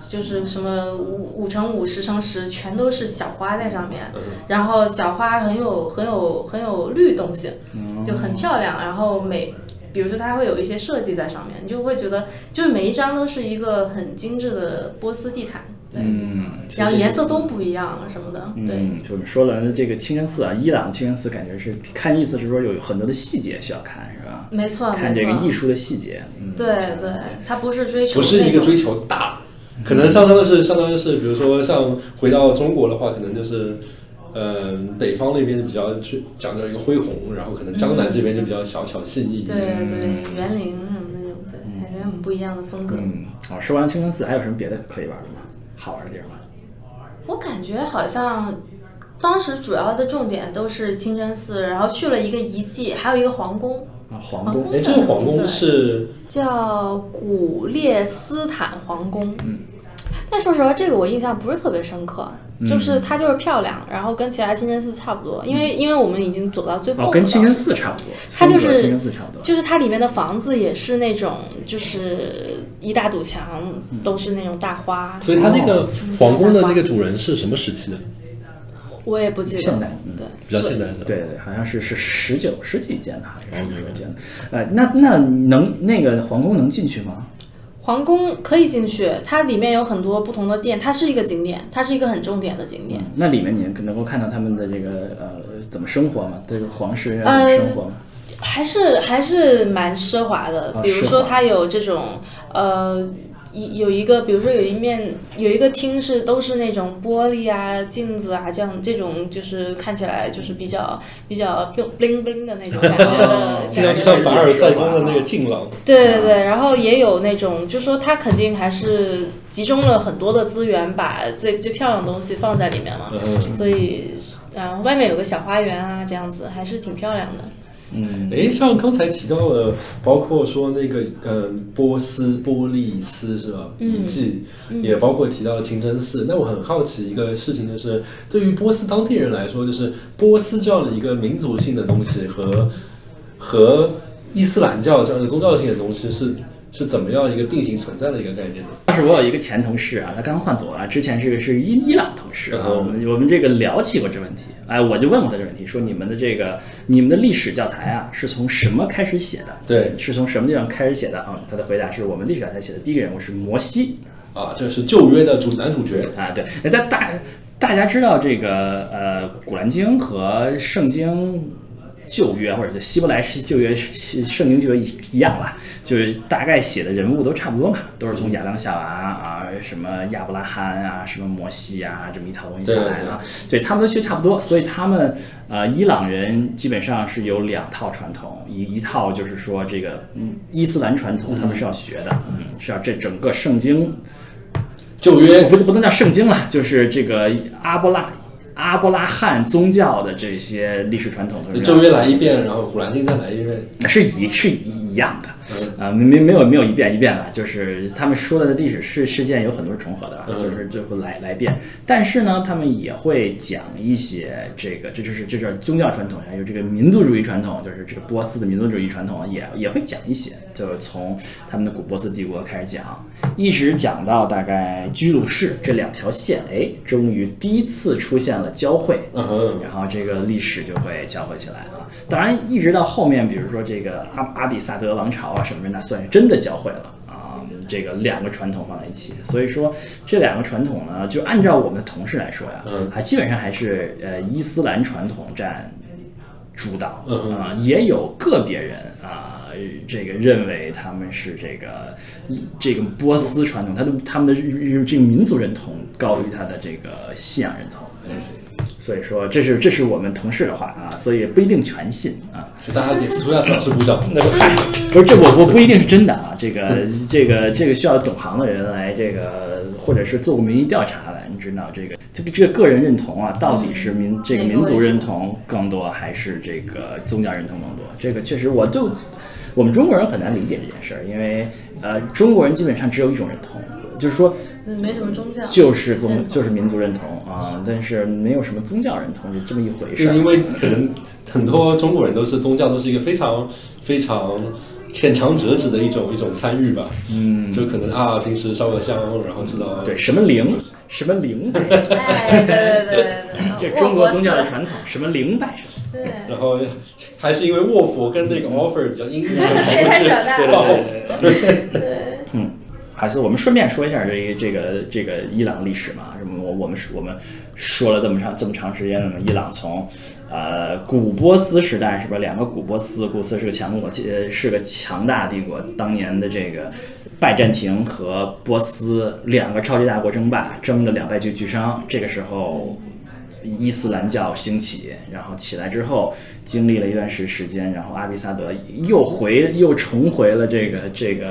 Speaker 3: 就是什么五五乘五、十乘十，全都是小花在
Speaker 1: 嗯
Speaker 3: 上面。然后小花很有很有很有律动性，
Speaker 1: 嗯
Speaker 3: 就很漂亮。然后每比如说它会有一些设计在上面，你就会觉得就是每一张都是一个很精致的波斯地毯，对，
Speaker 1: 嗯，
Speaker 3: 然后颜色都不一样什么的，对。
Speaker 1: 嗯，就我们说了这个清真寺啊，伊朗清真寺感觉是看意思是说有很多的细节需要看，是吧？
Speaker 3: 没错，嗯没
Speaker 1: 看这个艺
Speaker 3: 错，
Speaker 1: 术的细节，嗯，
Speaker 3: 对对，它不是追求
Speaker 2: 不是一
Speaker 3: 那
Speaker 2: 个
Speaker 3: 种
Speaker 2: 追求大，可能相当的是相当于是，比如说像回到中国的话，可能就是。嗯、北方那边比较去讲究一个恢宏，然后可能江南这边就比较小巧细腻。
Speaker 3: 对对，园林什么那种，对，感觉很不一样的风格。
Speaker 1: 嗯，哦，说完清真寺，还有什么别的可以玩的吗？好玩的地儿吗？
Speaker 3: 我感觉好像当时主要的重点都是清真寺，然后去了一个遗迹，还有一个皇宫，
Speaker 1: 啊，皇宫
Speaker 3: 皇宫
Speaker 2: 哎，这个皇宫是
Speaker 3: 叫古列斯坦皇宫。嗯。但说实话，这个我印象不是特别深刻，
Speaker 1: 嗯
Speaker 3: 就是它就是漂亮，然后跟其他清真寺差不多，因为因为我们已经走到最后
Speaker 1: 嗯哦，
Speaker 3: 了嘛，
Speaker 1: 跟清真寺差不多，
Speaker 3: 它就是
Speaker 1: 风格清真寺差不多。
Speaker 3: 就是它里面的房子也是那种，就是一大堵墙
Speaker 1: 嗯
Speaker 3: 都是那种大花，
Speaker 2: 所以他那个皇宫的那个主人是什么时期的？
Speaker 3: 我也不记得。
Speaker 1: 现代嗯
Speaker 3: 对，
Speaker 2: 比较现代的。
Speaker 1: 对对对，好像是是十九
Speaker 3: 嗯
Speaker 1: 世纪建的，还是什么时候建的？呃，那那能那个皇宫能进去吗？
Speaker 3: 皇宫可以进去，它里面有很多不同的店，它是一个景点，它是一个很重点的景点。
Speaker 1: 嗯那里面你能够看到他们的这个呃怎么生活嘛？这个皇室
Speaker 3: 呃
Speaker 1: 人怎么生活嘛？
Speaker 3: 还是还是蛮奢华的
Speaker 1: 啊，
Speaker 3: 比如
Speaker 1: 奢
Speaker 3: 说
Speaker 1: 华
Speaker 3: 它有这种呃。一有一个，比如说有一面有一个厅是都是那种玻璃啊、镜子啊这样，这种就是看起来就是比较比较 bling bling 的那种感觉的
Speaker 1: 哦，
Speaker 2: 听上
Speaker 3: 感
Speaker 2: 去
Speaker 3: 觉
Speaker 2: 啊像凡尔赛宫的那个敬老，
Speaker 3: 对对对，然后也有那种，就说它肯定还是集中了很多的资源，把最最漂亮的东西放在里面嘛，
Speaker 2: 嗯，
Speaker 3: 所以，然后外面有个小花园啊，这样子还是挺漂亮的。
Speaker 1: 嗯，
Speaker 2: 诶，哎像刚才提到了，包括说那个嗯，波斯波利斯是吧？
Speaker 3: 嗯
Speaker 2: 遗迹，也包括提到了清真寺。那我很好奇一个事情，就是对于波斯当地人来说，就是波斯这样的一个民族性的东西和和伊斯兰教这样的宗教性的东西是是怎么样一个并行存在的一个概念呢？
Speaker 1: 当时我有一个前同事啊，他刚换组啊，之前是个是伊伊朗同事啊，
Speaker 2: 嗯
Speaker 1: 我们我们这个聊起过这问题，哎，我就问过他这个问题，说你们的这个你们的历史教材啊，是从什么开始写的？
Speaker 2: 对
Speaker 1: 是从什么地方开始写的啊？他的回答是我们历史教材写的第一个人物是摩西
Speaker 2: 啊，这是旧约的主男主角，
Speaker 1: 啊，对，哎但大大家知道这个呃，《古兰经》和圣经。旧约或者是希伯来是旧约、是圣经旧约一一样啦，就是大概写的人物都差不多嘛，都是从亚当、夏娃啊，什么亚伯拉罕啊，什么摩西啊，这么一套东西下来啊，对他们都学差不多，所以他们呃，伊朗人基本上是有两套传统，一一套就是说这个嗯伊斯兰传统，他们是要学的，嗯，是要这整个圣经
Speaker 2: 旧
Speaker 1: 我
Speaker 2: 约
Speaker 1: 不不能叫圣经了，就是这个阿波拉阿波拉罕宗教的这些历史传统都是这
Speaker 2: 旧
Speaker 1: 样
Speaker 2: 约来一遍，然后古兰经再来一遍，
Speaker 1: 是一是一一样的，啊、没没有没有一遍一遍吧，就是他们说的历史事事件有很多是重合的，
Speaker 2: 嗯
Speaker 1: 就是最后来来变，但是呢，他们也会讲一些这个，这就是这就是宗教传统，还有这个民族主义传统，就是这个波斯的民族主义传统也也会讲一些，就是从他们的古波斯帝国开始讲，一直讲到大概居鲁士这两条线，哎，终于第一次出现了交汇，
Speaker 2: 嗯哼，
Speaker 1: 然后这个历史就会交汇起来啊。当然，一直到后面，比如说这个阿阿比萨德王朝啊什么的，那算是真的交汇了啊。这个两个传统放在一起，所以说这两个传统呢，就按照我们的同事来说呀，
Speaker 2: 嗯
Speaker 1: 还基本上还是呃伊斯兰传统占主导
Speaker 2: 嗯哼
Speaker 1: 啊、也有个别人啊、这个认为他们是这个这个波斯传统，他的他们的这个民族认同高于他的这个信仰认同。
Speaker 2: 哎
Speaker 1: 所以说这是这是我们同事的话啊，所以不一定全信啊。
Speaker 2: 就大家给斯图亚特老师鼓掌。
Speaker 1: 那不是这我我不一定是真的啊，这个这个这个需要懂行的人来这个，或者是做过民意调查的，你知道这个这个这个个人认同啊，到底是
Speaker 3: 嗯
Speaker 1: 民这个民族认同更多，还是这个宗教认同更多？这个确实我就我们中国人很难理解这件事儿，因为呃中国人基本上只有一种认同，就是说
Speaker 3: 嗯，没什么宗教。
Speaker 1: 就是
Speaker 3: 认
Speaker 1: 宗
Speaker 3: 同
Speaker 1: 就是民族认同啊，但是没有什么宗教认同，就这么一回
Speaker 2: 就
Speaker 1: 事儿。
Speaker 2: 是因为可能很多中国人都是宗教都是一个非常非常浅尝辄止的一种一种参与吧，
Speaker 1: 嗯，
Speaker 2: 就可能啊平时烧个香，然后知道
Speaker 1: 对什么灵什么灵拜，
Speaker 3: 哎，对对对
Speaker 1: 这
Speaker 3: 对对，
Speaker 1: 中国
Speaker 3: 我
Speaker 1: 宗教的传统，什么灵拜什么。
Speaker 3: 对，
Speaker 2: 然后还是因为卧佛跟那个 offer 比较英语，
Speaker 3: 这也太扯淡
Speaker 1: 对
Speaker 3: 了。
Speaker 1: 对对对。
Speaker 3: 对，
Speaker 1: 还是我们顺便说一下这个这个这个伊朗历史嘛，什么我我们我们说了这么长这么长时间了嘛，伊朗从呃古波斯时代是吧？两个古波斯，古斯是个强国，呃是个强大帝国，当年的这个拜占庭和波斯两个超级大国争霸，争得两败俱俱伤，这个时候。伊斯兰教兴起，然后起来之后，经历了一段时时间，然后阿比萨德又回又重回了这个这个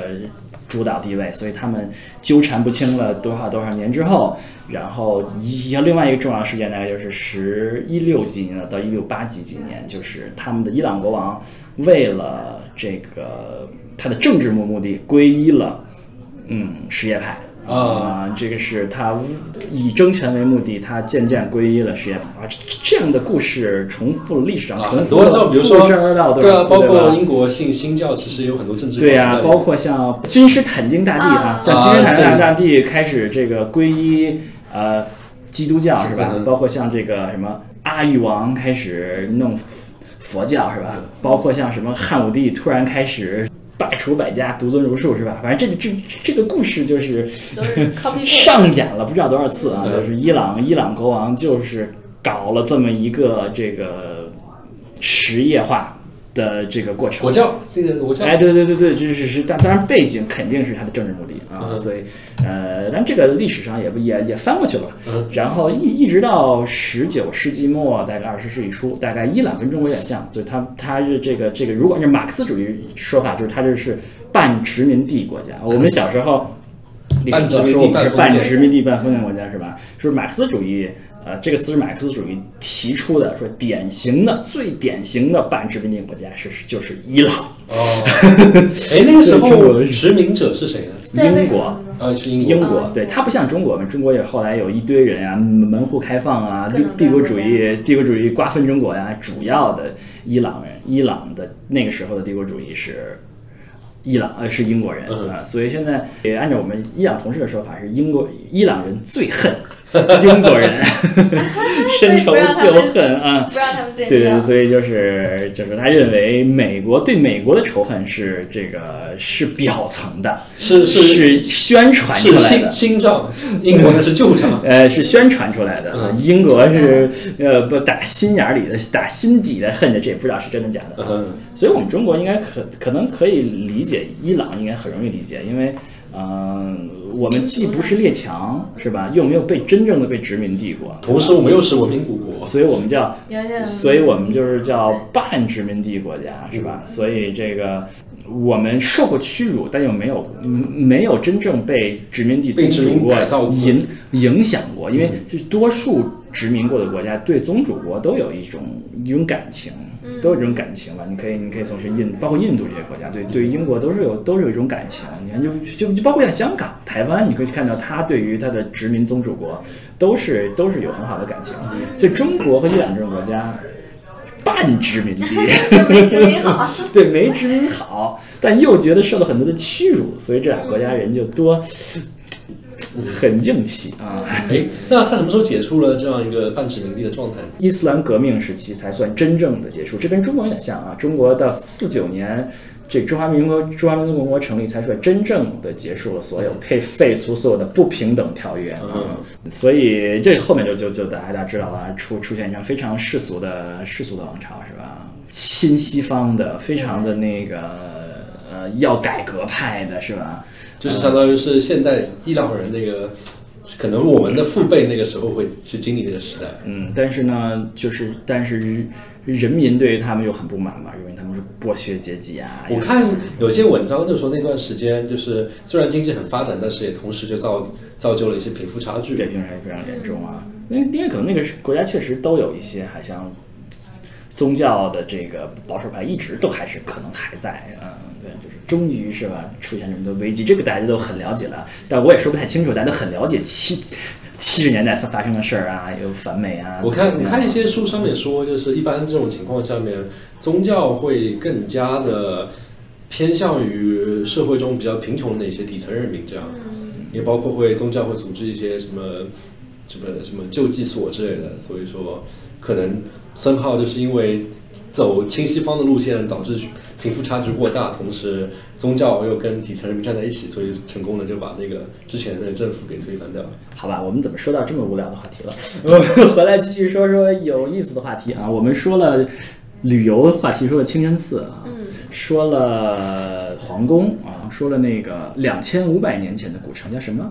Speaker 1: 主导地位，所以他们纠缠不清了多少多少年之后，然后一另外一个重要事件大概就是十一六几年到一六八几几年，就是他们的伊朗国王为了这个他的政治目目的皈依了嗯什叶派。
Speaker 2: 啊
Speaker 1: 啊、这个是他以争权为目的，他渐渐皈依了什叶派啊。这这样的故事重复历史上
Speaker 2: 啊
Speaker 1: 重
Speaker 2: 很
Speaker 1: 复
Speaker 2: 多
Speaker 1: 了
Speaker 2: 像比如
Speaker 1: 不
Speaker 2: 说
Speaker 1: 知道多
Speaker 2: 对
Speaker 1: 少
Speaker 2: 啊，
Speaker 1: 次
Speaker 2: 包括
Speaker 1: 吧
Speaker 2: 英国信新教其实也有很多政治
Speaker 1: 对呀、
Speaker 2: 呀，
Speaker 1: 包括像君士坦丁大帝啊，
Speaker 3: 啊
Speaker 1: 像君士坦
Speaker 2: 啊
Speaker 1: 丁
Speaker 2: 是
Speaker 1: 大帝开始这个皈依呃基督教是吧
Speaker 2: 嗯？
Speaker 1: 包括像这个什么阿育王
Speaker 2: 嗯
Speaker 1: 开始弄佛佛教是吧？包括像什么汉武帝突然开始罢黜百家，独尊儒术是吧？反正这个这这个故事就是
Speaker 3: 都是 copy paste
Speaker 1: 上演了不知道多少次啊！
Speaker 2: 嗯
Speaker 1: 就是伊朗伊朗国王就是搞了这么一个这个实业化的这个过程，
Speaker 2: 国教这个国教，
Speaker 1: 哎，对对对对，这是是，但当然背景肯定是他的政治目的啊，
Speaker 2: 嗯
Speaker 1: 所以呃，但这个历史上也不也也翻过去了，
Speaker 2: 嗯
Speaker 1: 然后一一直到十九世纪末，大概二十世纪初，大概伊朗跟中国有点像，就是它它是这个这个，如果按照马克思主义说法，就是它这是半殖民地国家。我们小时 候，历史
Speaker 2: 半殖
Speaker 1: 课
Speaker 2: 民地
Speaker 1: 说我们是
Speaker 2: 半封
Speaker 1: 半
Speaker 2: 建
Speaker 1: 殖民地半封建国家是吧？说马克思主义。呃，这个词是马克思主义提出的，说典型的、最典型的半殖民地国家是就是伊朗。
Speaker 2: 哦，哎，那个
Speaker 1: 这
Speaker 2: 时
Speaker 1: 个中
Speaker 2: 候
Speaker 1: 国
Speaker 2: 殖民者是谁呢？
Speaker 3: 对为
Speaker 1: 英
Speaker 3: 什
Speaker 1: 国
Speaker 3: 么嗯
Speaker 2: 啊，是英国。
Speaker 1: 英国，对它不像中国嘛，中国也后来有一堆人啊，门门户开放啊，
Speaker 3: 各
Speaker 1: 帝
Speaker 3: 种
Speaker 1: 帝国
Speaker 3: 各样的
Speaker 1: 主义
Speaker 3: 人
Speaker 1: 帝国主义瓜分中国呀、主要的伊朗人，伊朗的那个时候的帝国主义是。伊朗呃是英国人
Speaker 2: 嗯
Speaker 1: 啊、所以现在也按照我们伊朗同事的说法，是英国伊朗人最恨英国 人，深仇
Speaker 3: 所以不让他
Speaker 1: 旧
Speaker 3: 们
Speaker 1: 恨啊。
Speaker 3: 不让他们见
Speaker 1: 对对
Speaker 3: 面
Speaker 1: 对，所以就是就是他认为美国对美国的仇恨是这个是表层的，
Speaker 2: 是是
Speaker 1: 是宣传出
Speaker 2: 是
Speaker 1: 来
Speaker 2: 新
Speaker 1: 的。。
Speaker 2: 新账，英国那是旧账
Speaker 1: 呃，是宣传出来的。
Speaker 2: 嗯
Speaker 1: 英国是呃不打心眼儿里的、打心底的恨着，这也不知道是真的假的。
Speaker 2: 嗯，
Speaker 1: 所以我们中国应该可可能可以理解，伊朗应该很容易理解，因为嗯、我们既不是列强是吧，又没有被真正的被殖民帝国，
Speaker 2: 同时我们又是文明古国，
Speaker 1: 所以我们叫
Speaker 3: 有点
Speaker 1: 所以我们就是叫半殖民地国家，是吧？所以这个我们受过屈辱，但又没有嗯没有真正被殖民地宗主国
Speaker 2: 被殖民改造过
Speaker 1: 影影响过，因为是多数殖民过的国家对宗主国都有一种一种感情。都有这种感情吧，你可以，你可以从是印，包括印度这些国家，对对英国都是有都是有一种感情。你看就，就就包括像香港、台湾，你可以看到他对于他的殖民宗主国都是都是有很好的感情。
Speaker 2: 嗯
Speaker 1: 就中国和伊朗这种国家，半殖民地，
Speaker 3: 就没殖民好，
Speaker 1: 对，没殖民好，但又觉得受了很多的屈辱，所以这俩国家人就多 很硬气啊。
Speaker 2: 哎，那他什么时候解除了这样一个半殖民地的状态？
Speaker 1: 伊斯兰革命时期才算真正的结束，这跟中国有点像啊。中国到四九年，这中华民国中华民国共和国成立才算真正的结束了所有被废除所有的不平等条约啊、所以这后面就就就大家大家知道了啊，出出现一张非常世俗的世俗的王朝是吧？亲西方的，非常的那个呃要改革派的是吧？
Speaker 2: 就是相当于是现代伊朗人那个，呃可能我们的父辈那个时候会去经历那个时代。
Speaker 1: 嗯，但是呢，就是但是人民对于他们又很不满嘛，认为他们是剥削阶级啊。
Speaker 2: 我看有些文章就说那段时间就是虽然经济很发展，但是也同时就造造就了一些贫富差距。
Speaker 1: 对，平常也非常严重啊。因为因为可能那个是国家确实都有一些，好像宗教的这个保守派一直都还是可能还在，嗯，对，就是终于是吧，出现这么多危机，这个大家都很了解了，但我也说不太清楚，大家都很了解七七十年代发发生的事儿啊，有反美啊。
Speaker 2: 我
Speaker 1: 怎
Speaker 2: 看
Speaker 1: 么
Speaker 2: 我
Speaker 1: 样啊
Speaker 2: 看一些书上面说，就是一般这种情况下面，宗教会更加的偏向于社会中比较贫穷的那些底层人民，这样，也包括会宗教会组织一些什么什么什么救济所之类的，所以说可能生号就是因为走亲西方的路线，导致贫富差距过大，同时宗教又跟底层人民站在一起，所以成功的就把那个之前的政府给推翻掉了。
Speaker 1: 好吧，我们怎么说到这么无聊的话题了？ 我们回来继续说说有意思的话题啊。我们说了旅游话题，说了清真寺啊，说了皇宫啊，说了那个两千五百年前的古城叫什么？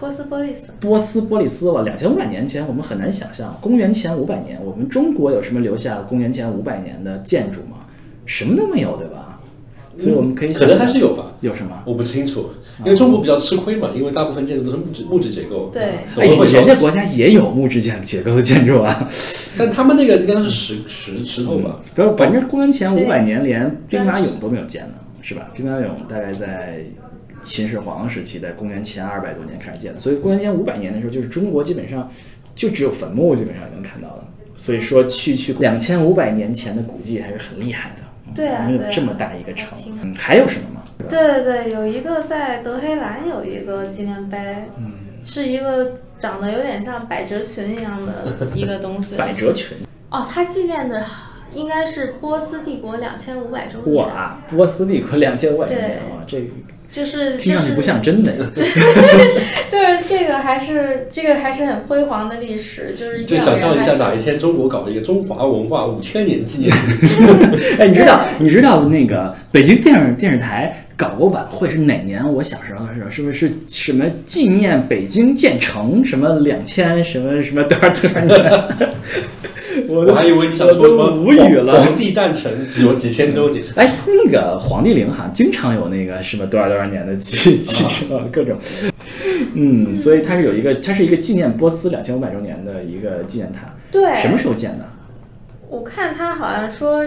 Speaker 3: 波斯波利斯，
Speaker 1: 波斯波利斯吧，两千五百年前我们很难想象，公元前五百年，我们中国有什么留下公元前五百年的建筑吗？什么都没有，对吧？所以我们可以
Speaker 2: 可
Speaker 1: 想
Speaker 2: 能
Speaker 1: 象
Speaker 2: 还是有吧。
Speaker 1: 有什么？
Speaker 2: 我不清楚，因为中国比较吃亏嘛，因为大部分建筑都是木质木质结构，
Speaker 3: 对
Speaker 2: 总
Speaker 1: 哎，
Speaker 2: 会会
Speaker 1: 人家
Speaker 2: 少，
Speaker 1: 国家也有木质建结构的建筑啊。
Speaker 2: 但他们那个应该都是石石石头吧？
Speaker 1: 不是，反正公元前五
Speaker 3: 对
Speaker 1: 百年连兵马俑都没有建呢，是吧？兵马俑大概在秦始皇时期，在公元前二百多年开始建的，所以公元前五百年的时候，就是中国基本上就只有坟墓基本上能看到的。所以说去去两千五百年前的古迹还是很厉害的。嗯
Speaker 3: 对啊
Speaker 1: 我们有
Speaker 3: 对啊
Speaker 1: 这么大一个城
Speaker 3: 很清，
Speaker 1: 嗯，还有什么吗？是吧
Speaker 3: 对对对，有一个在德黑兰有一个纪念碑，
Speaker 1: 嗯
Speaker 3: 是一个长得有点像百褶裙一样的一个东西。
Speaker 1: 百褶裙，
Speaker 3: 哦，它纪念的应该是波斯帝国两千五百周年，
Speaker 1: 哇，波斯帝国两千五百
Speaker 3: 对
Speaker 1: 年哇，这个
Speaker 3: 就是
Speaker 1: 听
Speaker 3: 就
Speaker 1: 上去
Speaker 3: 是
Speaker 1: 不像真的呀。
Speaker 3: 就是这个还是这个还是很辉煌的历史，就是
Speaker 2: 就
Speaker 3: 伊朗
Speaker 2: 想象
Speaker 3: 人
Speaker 2: 一
Speaker 3: 还
Speaker 2: 下
Speaker 3: 是
Speaker 2: 哪一天中国搞一个中华文化五千年纪念日，
Speaker 1: 哎，你知道你知道那个北京电视电视台搞过晚会是哪年？我小时候的时候，是不是什么纪念北京建成什么两千什么什么多少多少年？我
Speaker 2: 我
Speaker 1: 都
Speaker 2: 还以为你想说什
Speaker 1: 我
Speaker 2: 么
Speaker 1: 都无语了
Speaker 2: 皇皇帝诞辰几几千周年，
Speaker 1: 哎，那个黄帝陵好像经常有那个什么多少多少年的纪纪啊各种，嗯，所以它是有一个，它是一个纪念波斯两千五百周年的一个纪念塔。
Speaker 3: 对
Speaker 1: 什么时候建的？
Speaker 3: 我看他好像说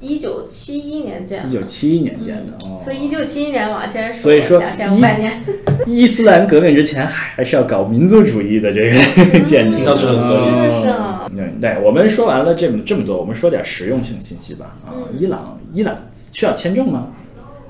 Speaker 3: 一九七一年建
Speaker 1: 一九
Speaker 3: 的，
Speaker 1: 七一年建的哦。
Speaker 3: 所以一九七一年往前数
Speaker 1: 所以说
Speaker 3: 两千五百年，
Speaker 1: 伊斯兰革命之前还是要搞民族主义的这个
Speaker 3: 嗯
Speaker 1: 建筑，
Speaker 2: 听上去很合理
Speaker 3: 真的是啊
Speaker 1: 嗯对，我们说完了这么这么多，我们说点实用性信息吧。啊，
Speaker 3: 嗯
Speaker 1: 伊朗，伊朗需要签证吗？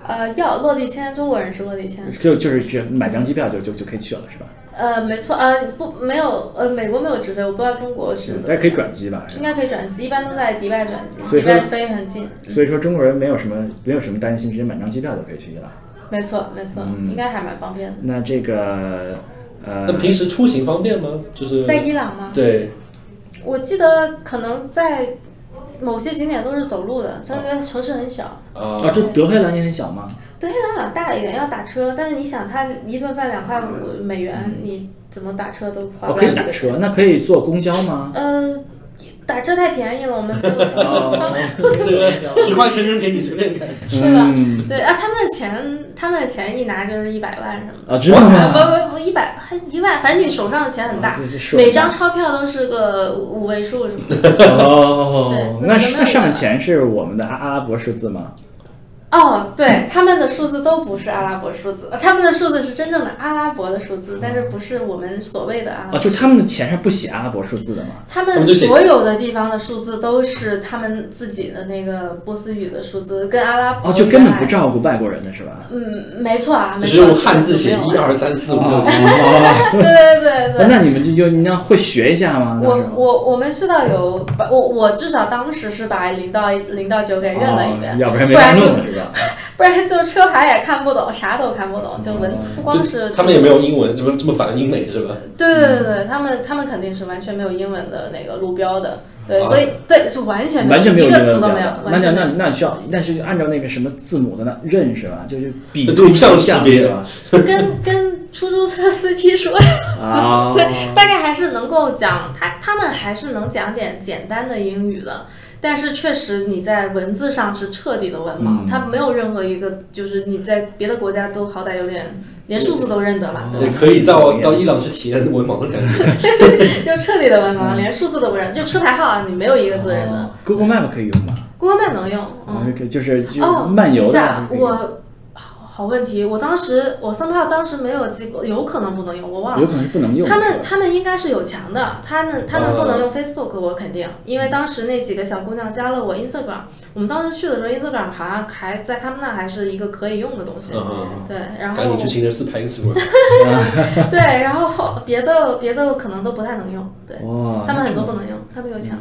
Speaker 3: 呃，要落地签，中国人是落地签，
Speaker 1: 就就是只买张机票就就就可以去了是吧？
Speaker 3: 呃，没错，呃，不，没有，呃，美国没有直飞，我不知道中国是怎么
Speaker 1: 但
Speaker 3: 样，
Speaker 1: 嗯可以，转机吧？是吧
Speaker 3: 应该可以转机，一般都在迪拜转机，
Speaker 1: 所以
Speaker 3: 迪
Speaker 1: 说
Speaker 3: 拜飞很近，
Speaker 1: 所以说中国人没有什么没有什么担心，直接买张机票就可以去伊朗。
Speaker 3: 没错，没错，
Speaker 1: 嗯
Speaker 3: 应该还蛮方便的，
Speaker 1: 那这个呃
Speaker 2: 那，平时出行方便吗？就是
Speaker 3: 在伊朗吗？
Speaker 2: 对，
Speaker 3: 我记得可能在某些景点都是走路的，这个城市很小。
Speaker 2: 啊
Speaker 1: 啊，这德黑兰也很小吗？
Speaker 3: 德黑兰好像大一点，要打车，但是你想，它一顿饭两块五美元，你怎么打车都花
Speaker 1: 哦，嗯
Speaker 3: 不
Speaker 1: 可
Speaker 3: 了
Speaker 1: 以
Speaker 3: 几
Speaker 1: 打
Speaker 3: 个
Speaker 1: 车，
Speaker 3: 钱。
Speaker 1: 那可以坐公交吗？
Speaker 3: 呃，打车太便宜了，我们 没有坐公交
Speaker 1: 哦，
Speaker 2: 这个十块钱扔给你随便开，
Speaker 3: 是吧？
Speaker 1: 嗯
Speaker 3: 对啊，他们的钱，他们的钱一拿就是一百万什么的。
Speaker 1: 啊，知道吗？
Speaker 3: 啊不不不，一百还一万，反正你手上的钱很大
Speaker 1: 这是，说
Speaker 3: 每张钞票都是个五位数什么的。
Speaker 1: 哦，
Speaker 3: 对
Speaker 1: 那
Speaker 3: 那可能没有
Speaker 1: 那上面钱是我们的阿阿拉伯数字吗？
Speaker 3: 哦，对，他们的数字都不是阿拉伯数字，呃他们的数字是真正的阿拉伯的数字，但是不是我们所谓的阿拉伯
Speaker 1: 啊，就他们的钱上不写阿拉伯数字的吗？
Speaker 3: 他
Speaker 2: 他
Speaker 3: 们
Speaker 2: 们
Speaker 1: 啊
Speaker 2: 就写
Speaker 3: 所有的地方的数字都是他们自己的那个波斯语的数字，跟阿拉伯
Speaker 1: 哦，就根本不
Speaker 3: 原来。
Speaker 1: 照顾外国人的是吧？
Speaker 3: 嗯，没错啊，
Speaker 2: 就
Speaker 3: 没
Speaker 2: 是
Speaker 3: 错，
Speaker 2: 用汉字写
Speaker 3: 没有
Speaker 2: 一二三四五六
Speaker 1: 哦
Speaker 2: 七。
Speaker 3: 对对对对 对。
Speaker 1: 那你们就就你要会学一下吗？
Speaker 3: 我
Speaker 1: 到时候
Speaker 3: 我我们去到有把我我至少当时是把零到零到九给认了一遍
Speaker 1: 哦，要不然没
Speaker 3: 不
Speaker 1: 法
Speaker 3: 然就
Speaker 1: 弄了是吧？
Speaker 3: 不然就车牌也看不懂，啥都看不懂，就
Speaker 1: 哦
Speaker 3: 文字不光是
Speaker 2: 就他们也没有英文，怎么这么反英美是吧？
Speaker 3: 对对对
Speaker 1: 嗯
Speaker 3: 对，他们他们肯定是完全没有英文的那个路标的，对，
Speaker 2: 啊
Speaker 3: 所以对是完全
Speaker 1: 完全没有
Speaker 3: 一
Speaker 1: 英
Speaker 3: 个
Speaker 1: 文
Speaker 3: 词都
Speaker 1: 表
Speaker 3: 没有
Speaker 1: 达，那
Speaker 3: 完
Speaker 1: 就
Speaker 3: 全没
Speaker 1: 那
Speaker 3: 有。
Speaker 1: 那需要，那是按照那个什么字母在那认是吧？就是比
Speaker 2: 图像识别
Speaker 1: 是吧？
Speaker 3: 跟 跟出租车司机说，
Speaker 1: 啊，
Speaker 3: 对，大概还是能够讲，他他们还是能讲点简单的英语的。但是确实，你在文字上是彻底的文盲，
Speaker 1: 嗯
Speaker 3: 他没有任何一个，就是你在别的国家都好歹有点，连数字都认得嘛，对吧
Speaker 2: 也可以到到伊朗去体验文盲的感觉。
Speaker 3: 就彻底的文盲，连数字都不认，就车牌号啊，你没有一个字认的。
Speaker 1: 嗯哦 Google Map 可以用吗？
Speaker 3: Google Map 能用，嗯，
Speaker 1: 嗯，就是就
Speaker 3: 哦，
Speaker 1: 漫游
Speaker 3: 等一
Speaker 1: 的
Speaker 3: 下
Speaker 1: 话，可以用，
Speaker 3: 我好好问题，我当时我三炮当时没有记过，有可能不能用，我忘
Speaker 1: 有
Speaker 3: 了。
Speaker 1: 可能是不能用的。嗯
Speaker 3: 他们他们应该是有墙的，他们他们不能用 Facebook，我肯定，因为当时那几个小姑娘加了我 Instagram，我们当时去的时候 Instagram 好像还在他们那还是一个可以用的东西。
Speaker 2: 嗯，
Speaker 3: 对，然后
Speaker 2: 赶紧去清真寺拍个自拍。
Speaker 3: 对，然后别的别的可能都不太能用，对
Speaker 1: 哇，
Speaker 3: 他们很多不能
Speaker 1: 嗯
Speaker 3: 用，他们有墙。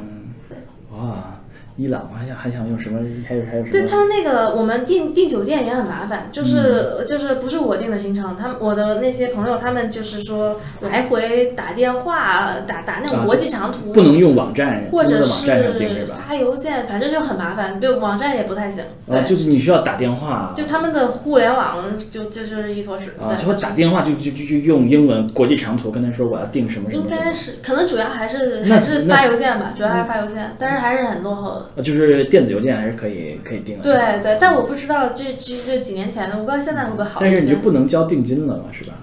Speaker 1: 哇，伊朗我还想还想用什么？还有还有什么？
Speaker 3: 对他们那个，我们订订酒店也很麻烦，就是、
Speaker 1: 嗯
Speaker 3: 就是不是我订的行程，他们我的那些朋友他们就是说来回打电话打打那
Speaker 1: 啊
Speaker 3: 种国际长途，
Speaker 1: 不能用网站，
Speaker 3: 或
Speaker 1: 中
Speaker 3: 者
Speaker 1: 国的网站上订
Speaker 3: 是
Speaker 1: 是吧？
Speaker 3: 发邮件，反正就很麻烦，对网站也不太行，对，
Speaker 1: 啊，就是你需要打电话，
Speaker 3: 就他们的互联网就就就是一坨屎，
Speaker 1: 啊，
Speaker 3: 对，
Speaker 1: 然后打电话就就就就用英文国际长途跟他说我要订什么什么
Speaker 3: 应
Speaker 1: 什么。
Speaker 3: 该是可能主要还是
Speaker 1: 那
Speaker 3: 还是
Speaker 1: 那嗯
Speaker 3: 发邮件吧，主要还是发邮件，但是还是很落后的。
Speaker 1: 呃，就是电子邮件还是可以可以订的。
Speaker 3: 对对，但我不知道这这这几年前的，我不知道现在会不会好一
Speaker 1: 但
Speaker 3: 些。
Speaker 1: 是你就不能交定金了嘛，是吧？